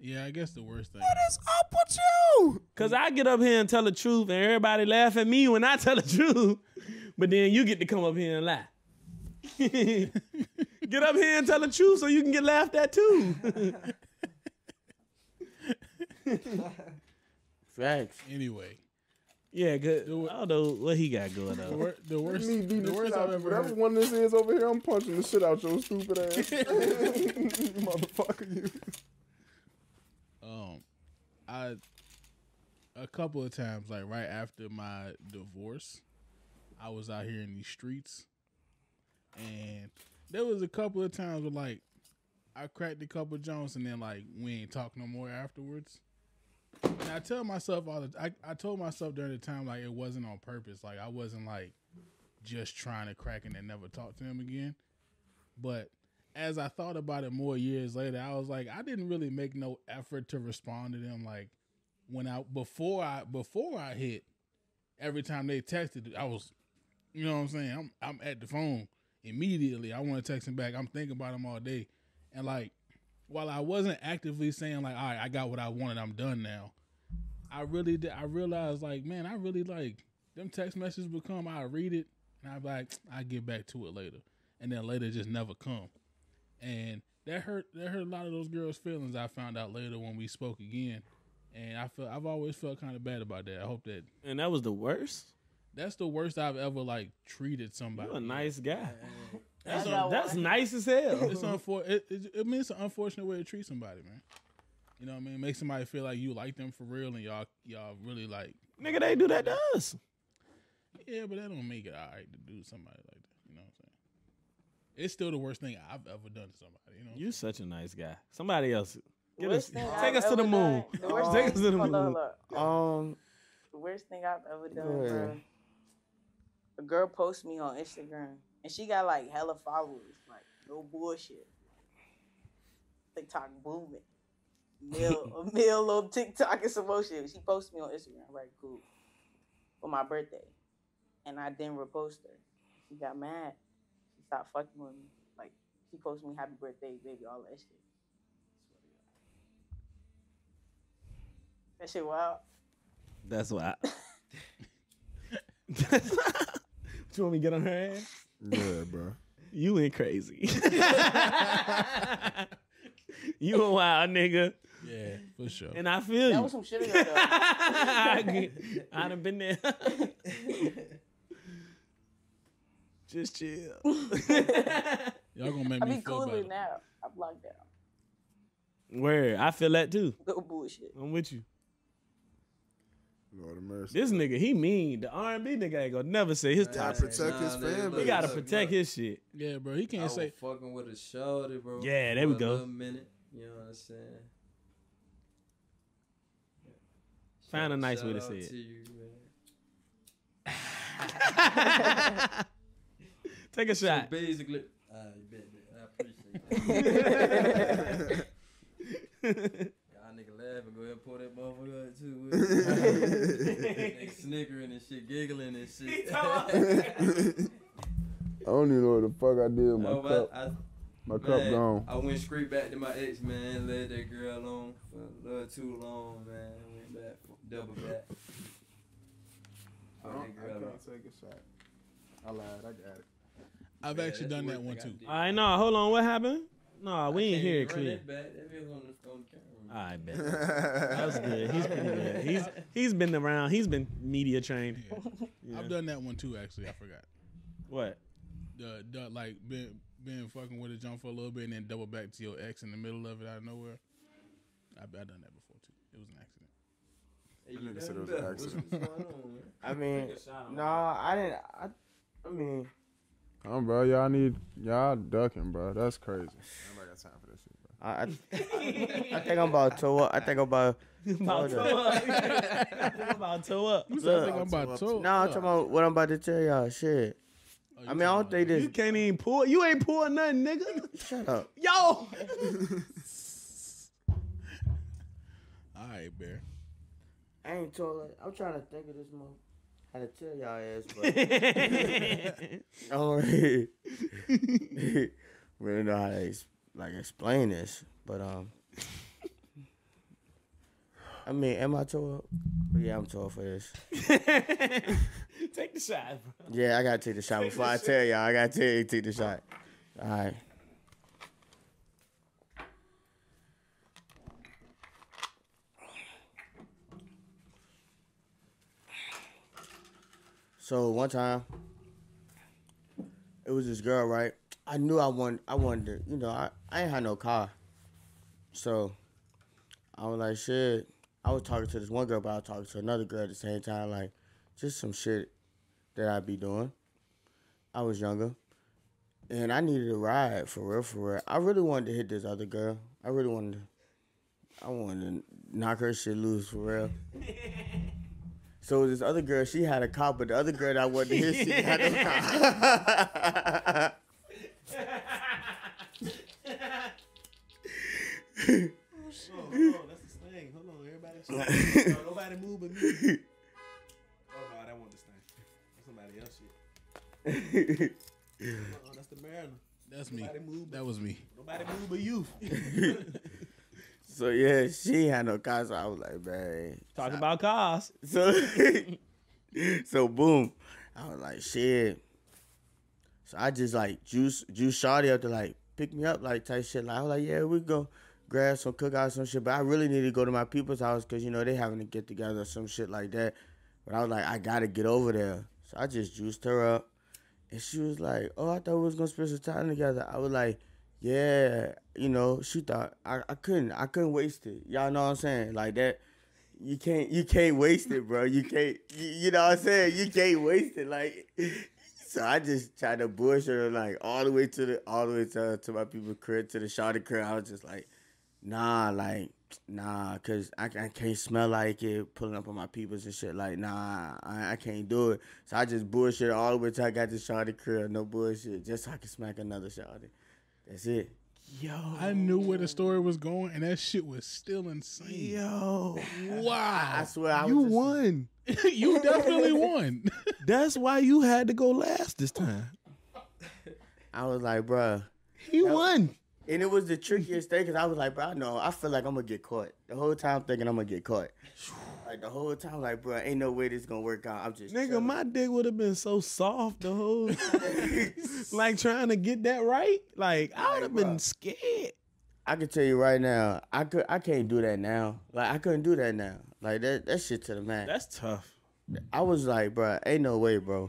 Speaker 4: Yeah, I guess the worst thing.
Speaker 3: What is up with you?
Speaker 1: Cause I get up here and tell the truth, and everybody laugh at me when I tell the *laughs* truth. But then you get to come up here and lie. *laughs* get up here and tell the truth so you can get laughed at too. *laughs*
Speaker 6: Facts.
Speaker 4: *laughs* Anyway,
Speaker 1: yeah, good. I don't know what he got going
Speaker 4: the,
Speaker 1: on.
Speaker 4: wor- the worst.
Speaker 3: Me beating
Speaker 4: The
Speaker 3: the shit
Speaker 4: worst
Speaker 3: out
Speaker 4: I've
Speaker 3: of
Speaker 4: ever
Speaker 3: whatever
Speaker 4: heard.
Speaker 3: one this is over here. I'm punching the shit out your
Speaker 8: *laughs*
Speaker 3: stupid ass, motherfucker. You.
Speaker 4: Um, I a couple of times, like right after my divorce, I was out here in these streets, and there was a couple of times where like I cracked a couple of joints, and then like we ain't talk no more afterwards. And I tell myself all the I, I told myself during the time like it wasn't on purpose, like I wasn't like just trying to crack and then never talk to him again, but as I thought about it more years later, I was like, I didn't really make no effort to respond to them. Like when I before I before I hit, every time they texted, I was, you know what I'm saying. I'm I'm at the phone immediately. I want to text them back. I'm thinking about them all day, and like while I wasn't actively saying like, all right, I got what I wanted. I'm done now. I really did. I realized like, man, I really like them text messages would come. I read it and I'm like, I get back to it later, and then later it just never come and that hurt that hurt a lot of those girls' feelings. I found out later when we spoke again, and I feel I've always felt kind of bad about that. I hope that
Speaker 1: And that was the worst.
Speaker 4: that's the worst I've ever like treated somebody.
Speaker 1: You a nice guy. That's,
Speaker 7: That's what I
Speaker 1: that's
Speaker 7: want.
Speaker 1: nice as hell.
Speaker 4: It's unfortunate. It, it, I mean, it's an unfortunate way to treat somebody, man. You know what I mean? Make somebody feel like you like them for real, and y'all y'all really like
Speaker 1: Nigga, they do that to us.
Speaker 4: yeah, but that don't make it all right to do somebody like that. You know what I'm saying? It's still the worst thing I've ever done to somebody. You know,
Speaker 1: You such a nice guy. Somebody else. Get us,
Speaker 7: Worst thing I've
Speaker 1: take us to the
Speaker 7: ever
Speaker 1: moon.
Speaker 7: done- the worst
Speaker 1: Take
Speaker 7: thing-
Speaker 1: us to the
Speaker 7: hold on,
Speaker 1: moon.
Speaker 7: hold on.
Speaker 6: Um,
Speaker 7: The worst thing I've ever done, bro. a girl post me on Instagram, and she got like hella followers, like no bullshit. TikTok booming. Mill, a mill on TikTok and some more shit. She posted me on Instagram, right? Cool. For my birthday, and I didn't repost her. She got mad. She stopped fucking with me. Like she posted me happy birthday, baby, all that shit. That shit wild.
Speaker 1: That's *laughs*
Speaker 7: *laughs*
Speaker 1: why. That's you want me to get on her ass?
Speaker 8: Yeah, bro.
Speaker 1: You ain't crazy. you a wild nigga.
Speaker 4: Yeah, for sure.
Speaker 1: And I feel
Speaker 7: That
Speaker 1: you.
Speaker 7: was some shit *laughs* ago
Speaker 1: *laughs*
Speaker 7: though.
Speaker 1: I agree. I'd have been there. *laughs* Just chill.
Speaker 4: Y'all gonna make
Speaker 7: I
Speaker 4: me
Speaker 7: be
Speaker 4: feel
Speaker 7: cooler
Speaker 4: better.
Speaker 7: now. I'm locked down.
Speaker 1: Where I feel that too.
Speaker 7: No *laughs* bullshit.
Speaker 1: I'm with you.
Speaker 8: Lord have *laughs* mercy.
Speaker 1: This nigga, he mean. The R&B nigga ain't gonna never say his
Speaker 8: I
Speaker 1: time.
Speaker 8: protect his
Speaker 5: Nah, they-
Speaker 8: family.
Speaker 1: He gotta
Speaker 5: Look,
Speaker 1: protect his shit.
Speaker 4: Yeah, bro. He
Speaker 5: I
Speaker 4: can't
Speaker 1: Oh,
Speaker 5: was
Speaker 4: say
Speaker 5: fucking with a shorty, bro.
Speaker 1: Yeah, there we
Speaker 5: for a
Speaker 1: go.
Speaker 5: little minute, you know what I'm saying?
Speaker 1: Find a
Speaker 5: Shout-
Speaker 1: nice way to
Speaker 5: shout
Speaker 1: say
Speaker 5: out
Speaker 1: it.
Speaker 5: you, man.
Speaker 1: *laughs* Take a
Speaker 5: So
Speaker 1: shot.
Speaker 5: basically, I bet that. I appreciate that. Y'all nigga laughing, go ahead and pull that motherfucker out too. would you? Nigga snickering and shit, giggling and shit. *laughs*
Speaker 8: I don't even know what the fuck I did with my
Speaker 5: Oh,
Speaker 8: cup.
Speaker 5: but I,
Speaker 8: my cup
Speaker 5: man,
Speaker 8: gone.
Speaker 5: I went straight back to my ex, man. Let that girl alone for a little too long, man. Went back, double back.
Speaker 9: I
Speaker 5: Oh, that
Speaker 9: don't- I
Speaker 5: girl alone.
Speaker 9: can't take a shot. I lied. I got it.
Speaker 4: I've
Speaker 5: Yeah,
Speaker 4: actually
Speaker 5: that's
Speaker 4: done
Speaker 5: the
Speaker 4: that one
Speaker 5: worst
Speaker 4: too.
Speaker 5: thing
Speaker 1: All
Speaker 5: I
Speaker 1: right, no, hold on. What happened? No,
Speaker 5: did.
Speaker 1: Uh, we
Speaker 5: I
Speaker 1: ain't
Speaker 5: can't
Speaker 1: hear it
Speaker 5: even run
Speaker 1: clear.
Speaker 5: that back. That bitch on the- on camera.
Speaker 1: I bet. That was good. He's been *laughs* good. He's he's been around. He's been media trained.
Speaker 4: *laughs*
Speaker 1: Yeah.
Speaker 4: I've done that one too. Actually, I forgot.
Speaker 1: What?
Speaker 4: The, the like been been fucking with a jump for a little bit and then double back to your ex in the middle of it out of nowhere. I have done that before too. It was an accident.
Speaker 5: Hey,
Speaker 8: That
Speaker 5: you
Speaker 8: nigga said it
Speaker 5: done
Speaker 8: was an
Speaker 5: better.
Speaker 8: accident.
Speaker 5: What's going on, man?
Speaker 6: I mean, no, I didn't. I, I mean,
Speaker 8: Come on, bro. Y'all need y'all ducking, bro. That's crazy. Nobody got time for this shit, bro.
Speaker 6: I, I, I think
Speaker 3: *laughs*
Speaker 6: I'm about to toe up. I think I'm about.
Speaker 1: *laughs* About toe *laughs* up. about toe up.
Speaker 4: I think
Speaker 6: Look,
Speaker 4: I'm about to.
Speaker 6: no, I'm
Speaker 4: Oh,
Speaker 6: talking about what I'm about to tell y'all. Shit. I mean, I don't think this.
Speaker 1: You can't even pull. You ain't pulling nothing, nigga. *laughs*
Speaker 6: Shut up.
Speaker 1: Yo.
Speaker 4: All right, bear.
Speaker 6: I ain't told. I'm trying to think of this move. How to tell y'all ass,
Speaker 1: *laughs*
Speaker 6: but *laughs* don't worry. we don't Oh, know how to ex- like explain this, but um, I mean, am I tore up? But yeah, I'm tore for this.
Speaker 1: Take the shot. bro.
Speaker 6: Yeah, I gotta take the shot before I tell y'all. I gotta tell you, to take the shot. All right. So one time, it was this girl, right? I knew I wanted, I wanted to, you know, I, I ain't had no car. So I was like, shit. I was talking to this one girl, but I was talking to another girl at the same time, like, just some shit that I'd be doing. I was younger. And I needed a ride for real, for real. I really wanted to hit this other girl. I really wanted to I wanted to knock her shit loose for real. So this other girl, she had a car, but the other girl that I wanted to hit, she didn't had no
Speaker 1: *laughs*
Speaker 6: car.
Speaker 1: Oh, Hold on, hold on, that's the thing. Hold on, everybody. Yo, nobody move but me. Oh no, that wasn't the thing. That's somebody else shit.
Speaker 6: *laughs*
Speaker 1: Oh, that's the Mariner.
Speaker 4: That's me.
Speaker 1: Nobody moved.
Speaker 4: That was me.
Speaker 1: Nobody move but you.
Speaker 6: so yeah, she had no car, so I was like, man.
Speaker 1: Talking about cars.
Speaker 6: So, *laughs* so boom, I was like, shit. So I just like juice, juice Shawty up to like pick me up, like type shit. Like I was like, yeah, we go grab some cookout, some shit. But I really need to go to my people's house because you know they having to get together, or some shit like that. But I was like, I gotta get over there. So I just juiced her up, and she was like, oh, I thought we was gonna spend some time together. I was like. Yeah, you know, she thought I, I couldn't I couldn't waste it. Y'all know what I'm saying? Like that you can't you can't waste it, bro. You can't you, you know what I'm saying? You can't waste it. Like so I just tried to bush her like all the way to the all the way to to my people crib to the shawty crib. I was just like, nah, like nah, cause I, I can't smell like it pulling up on my peoples and shit. Like, nah, I, I can't do it. So I just bullshit all the way till I got this shawty crib. No bullshit, just so I can smack another shawty. That's it.
Speaker 4: Yo, I knew where the story was going, and that shit was still insane.
Speaker 1: Yo,
Speaker 4: wow! *laughs*
Speaker 6: I swear, I
Speaker 1: Oh, you
Speaker 6: was just-
Speaker 1: won.
Speaker 4: you definitely
Speaker 6: *laughs*
Speaker 4: won.
Speaker 1: That's why you had to go last this time.
Speaker 6: I was like, bruh.
Speaker 1: He won.
Speaker 6: And it was
Speaker 1: *laughs*
Speaker 6: the trickiest thing because I was like, bro, I know. I feel like I'm gonna get caught the whole time, thinking I'm gonna
Speaker 1: *sighs*
Speaker 6: get caught. Like the whole time, like, bro, ain't no way this gonna work out. I'm just
Speaker 1: Nigga,
Speaker 6: chilling.
Speaker 1: my dick would have been so soft the
Speaker 4: *laughs*
Speaker 1: whole like trying to get that right. Like I would have been scared.
Speaker 6: I can tell you right now, I could, I can't do that now. Like I couldn't do that now. Like that, that shit to the max.
Speaker 1: That's *laughs* tough.
Speaker 6: I was like, bro, ain't no way, bro.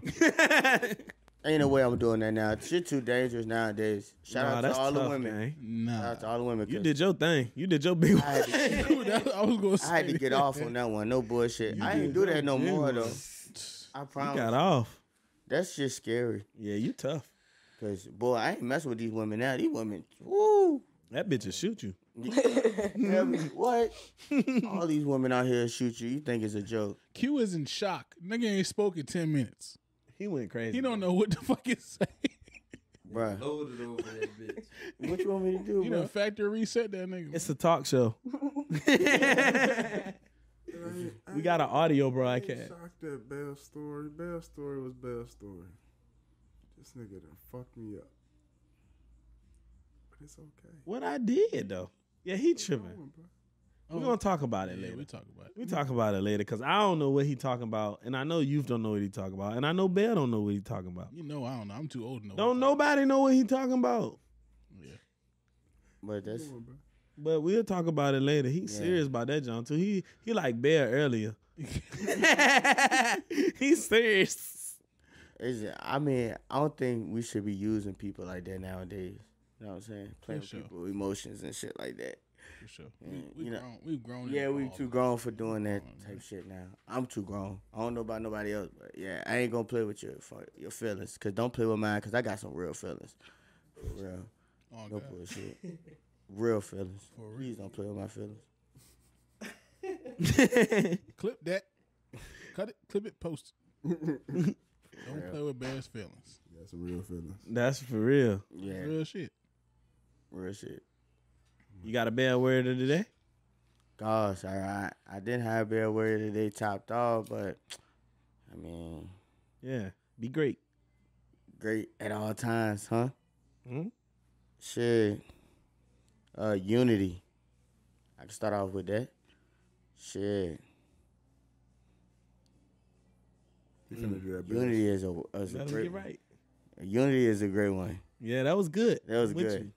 Speaker 6: ain't no way I'm doing that now. Shit too dangerous nowadays. Shout
Speaker 1: Nah,
Speaker 6: out to
Speaker 1: that's
Speaker 6: all the
Speaker 1: tough,
Speaker 6: women.
Speaker 1: gang.
Speaker 6: Shout
Speaker 4: nah,
Speaker 6: out to all the women.
Speaker 1: You
Speaker 6: 'cause
Speaker 1: did your thing. You did your big
Speaker 6: I had, to,
Speaker 4: That- I was gonna say
Speaker 6: I had to get
Speaker 4: that.
Speaker 6: off on that one. No bullshit.
Speaker 4: You
Speaker 6: I
Speaker 4: did
Speaker 6: ain't do that no
Speaker 1: good
Speaker 6: more
Speaker 1: one.
Speaker 6: though. I
Speaker 1: You
Speaker 6: promise.
Speaker 1: *laughs* got off.
Speaker 6: That's just scary.
Speaker 1: Yeah, you tough.
Speaker 6: Cause boy, I ain't messing with these women now. These women, woo.
Speaker 1: That bitch will shoot you.
Speaker 6: Tell me what? All these women out here shoot you. You think it's a joke?
Speaker 4: Q is in shock. Nigga ain't spoke in ten minutes.
Speaker 1: He went crazy.
Speaker 4: He don't know what the *laughs* fuck is saying.
Speaker 6: Bruh.
Speaker 5: Loaded over that bitch.
Speaker 6: What you want me to do,
Speaker 4: *laughs* You
Speaker 6: bro?
Speaker 4: know, factory reset that nigga.
Speaker 1: It's a talk
Speaker 6: *laughs*
Speaker 1: show. *laughs* we got an audio broadcast.
Speaker 8: Shocked at Bell's story. Bell's story was Bell's story. This nigga done fucked me up. But it's okay.
Speaker 1: What I did though. Yeah, he tripping.
Speaker 8: Come on, bro.
Speaker 1: We're gonna talk about it
Speaker 4: Oh, yeah,
Speaker 1: later.
Speaker 4: we talk about it.
Speaker 1: We talk about it later because I don't know what he talking about, and I know you don't know what he talking about, and I know Bell don't know what he talking about.
Speaker 4: You know, I don't know. I'm too old to know.
Speaker 1: Don't nobody know what he talking about,
Speaker 6: But that's
Speaker 8: Come on, bro.
Speaker 1: but we'll talk about it later. He serious about that John too. He he like Bell
Speaker 6: *laughs*
Speaker 1: earlier. *laughs* He's serious.
Speaker 6: it's, I mean, I don't think we should be using people like that nowadays. You know what I'm saying? Playing with
Speaker 4: sure.
Speaker 6: people emotions and shit like that.
Speaker 4: For sure.
Speaker 6: Yeah,
Speaker 4: We,
Speaker 6: Mm, you know-
Speaker 4: grown. We've grown.
Speaker 6: Yeah,
Speaker 4: and
Speaker 6: we
Speaker 4: evolved.
Speaker 6: too grown for doing that type shit now. I'm too grown. I don't know about nobody else, but yeah, I ain't gonna play with your fu- your feelings. Cause don't play with mine. Cause I got some real feelings. For real,
Speaker 4: Oh,
Speaker 6: no
Speaker 4: God.
Speaker 6: bullshit. Real feelings.
Speaker 4: For real.
Speaker 6: Please don't play with my feelings.
Speaker 4: Clip that. Cut it. Clip it. Post
Speaker 6: *laughs*
Speaker 4: it. don't play with Bear's feelings.
Speaker 8: You got some real feelings.
Speaker 1: That's for real.
Speaker 6: Yeah, real,
Speaker 4: Real shit.
Speaker 6: shit.
Speaker 1: You got a bad word of the day?
Speaker 6: Gosh, all right. I didn't have Bear where today topped off, but I mean,
Speaker 1: Yeah, be great.
Speaker 6: great at all times, huh?
Speaker 1: Hmm?
Speaker 6: Shit. Uh, unity. I can start off with that. Shit.
Speaker 8: You finna do that, Bell.
Speaker 6: Unity is a is a
Speaker 1: That's
Speaker 6: great
Speaker 1: get
Speaker 6: one.
Speaker 1: right.
Speaker 6: Unity is a great one.
Speaker 1: Yeah, that was good.
Speaker 6: That was
Speaker 1: I'm with
Speaker 6: good.
Speaker 1: you.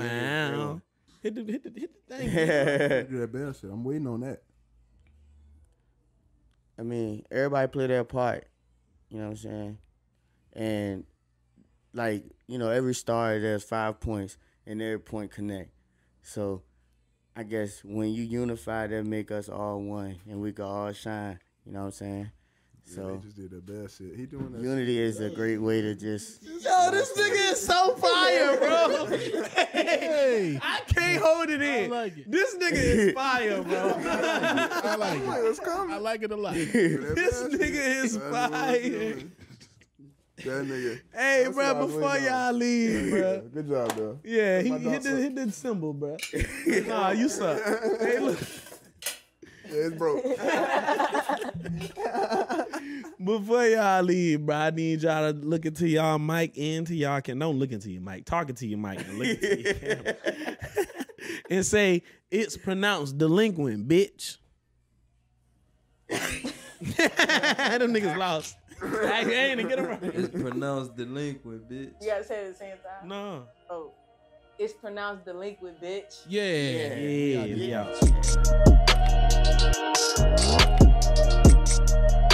Speaker 6: Yeah,
Speaker 1: Wow. Hit the hit the hit the
Speaker 6: *laughs*
Speaker 1: thing.
Speaker 8: You finna do that Bell shit. I'm waiting on that.
Speaker 6: I mean, everybody play their part. You know what I'm saying? And like, you know, every star there's five points and every point connect. So I guess when you unify that make us all one and we can all shine. You know what I'm saying?
Speaker 8: So yeah,
Speaker 6: So
Speaker 8: they just did that Bell shit. He doing that.
Speaker 6: unity is a great way to just
Speaker 1: Yo, this nigga is so fire, bro. *laughs* I can't hold it in.
Speaker 4: like it.
Speaker 1: This nigga
Speaker 8: *laughs*
Speaker 1: is fire, bro. *laughs*
Speaker 4: I like it.
Speaker 8: It's coming.
Speaker 4: I like it a
Speaker 6: *laughs*
Speaker 4: lot.
Speaker 1: this nigga is fire.
Speaker 8: That nigga.
Speaker 1: Hey,
Speaker 8: That's what I
Speaker 1: bro,
Speaker 8: was
Speaker 1: before
Speaker 8: waiting on.
Speaker 1: y'all leave, bro.
Speaker 8: Good job, though.
Speaker 1: Yeah, he
Speaker 8: my dog
Speaker 1: hit the
Speaker 8: suck.
Speaker 1: hit the
Speaker 8: *laughs*
Speaker 1: symbol, bro. Nah, you suck. Hey, look.
Speaker 8: Yeah, it's broke.
Speaker 1: Before y'all leave, bro, I need y'all to look into y'all mic and to y'all can don't look into your mic, talking to your mic and look into your camera, *laughs* and say it's pronounced delinquent, bitch. *laughs* Them niggas lost. I ain't even get 'em right.
Speaker 5: It's *laughs* pronounced delinquent, bitch.
Speaker 7: You gotta say it at the same time.
Speaker 1: No.
Speaker 7: Oh, it's pronounced delinquent, bitch.
Speaker 1: Yeah. Yeah. yeah.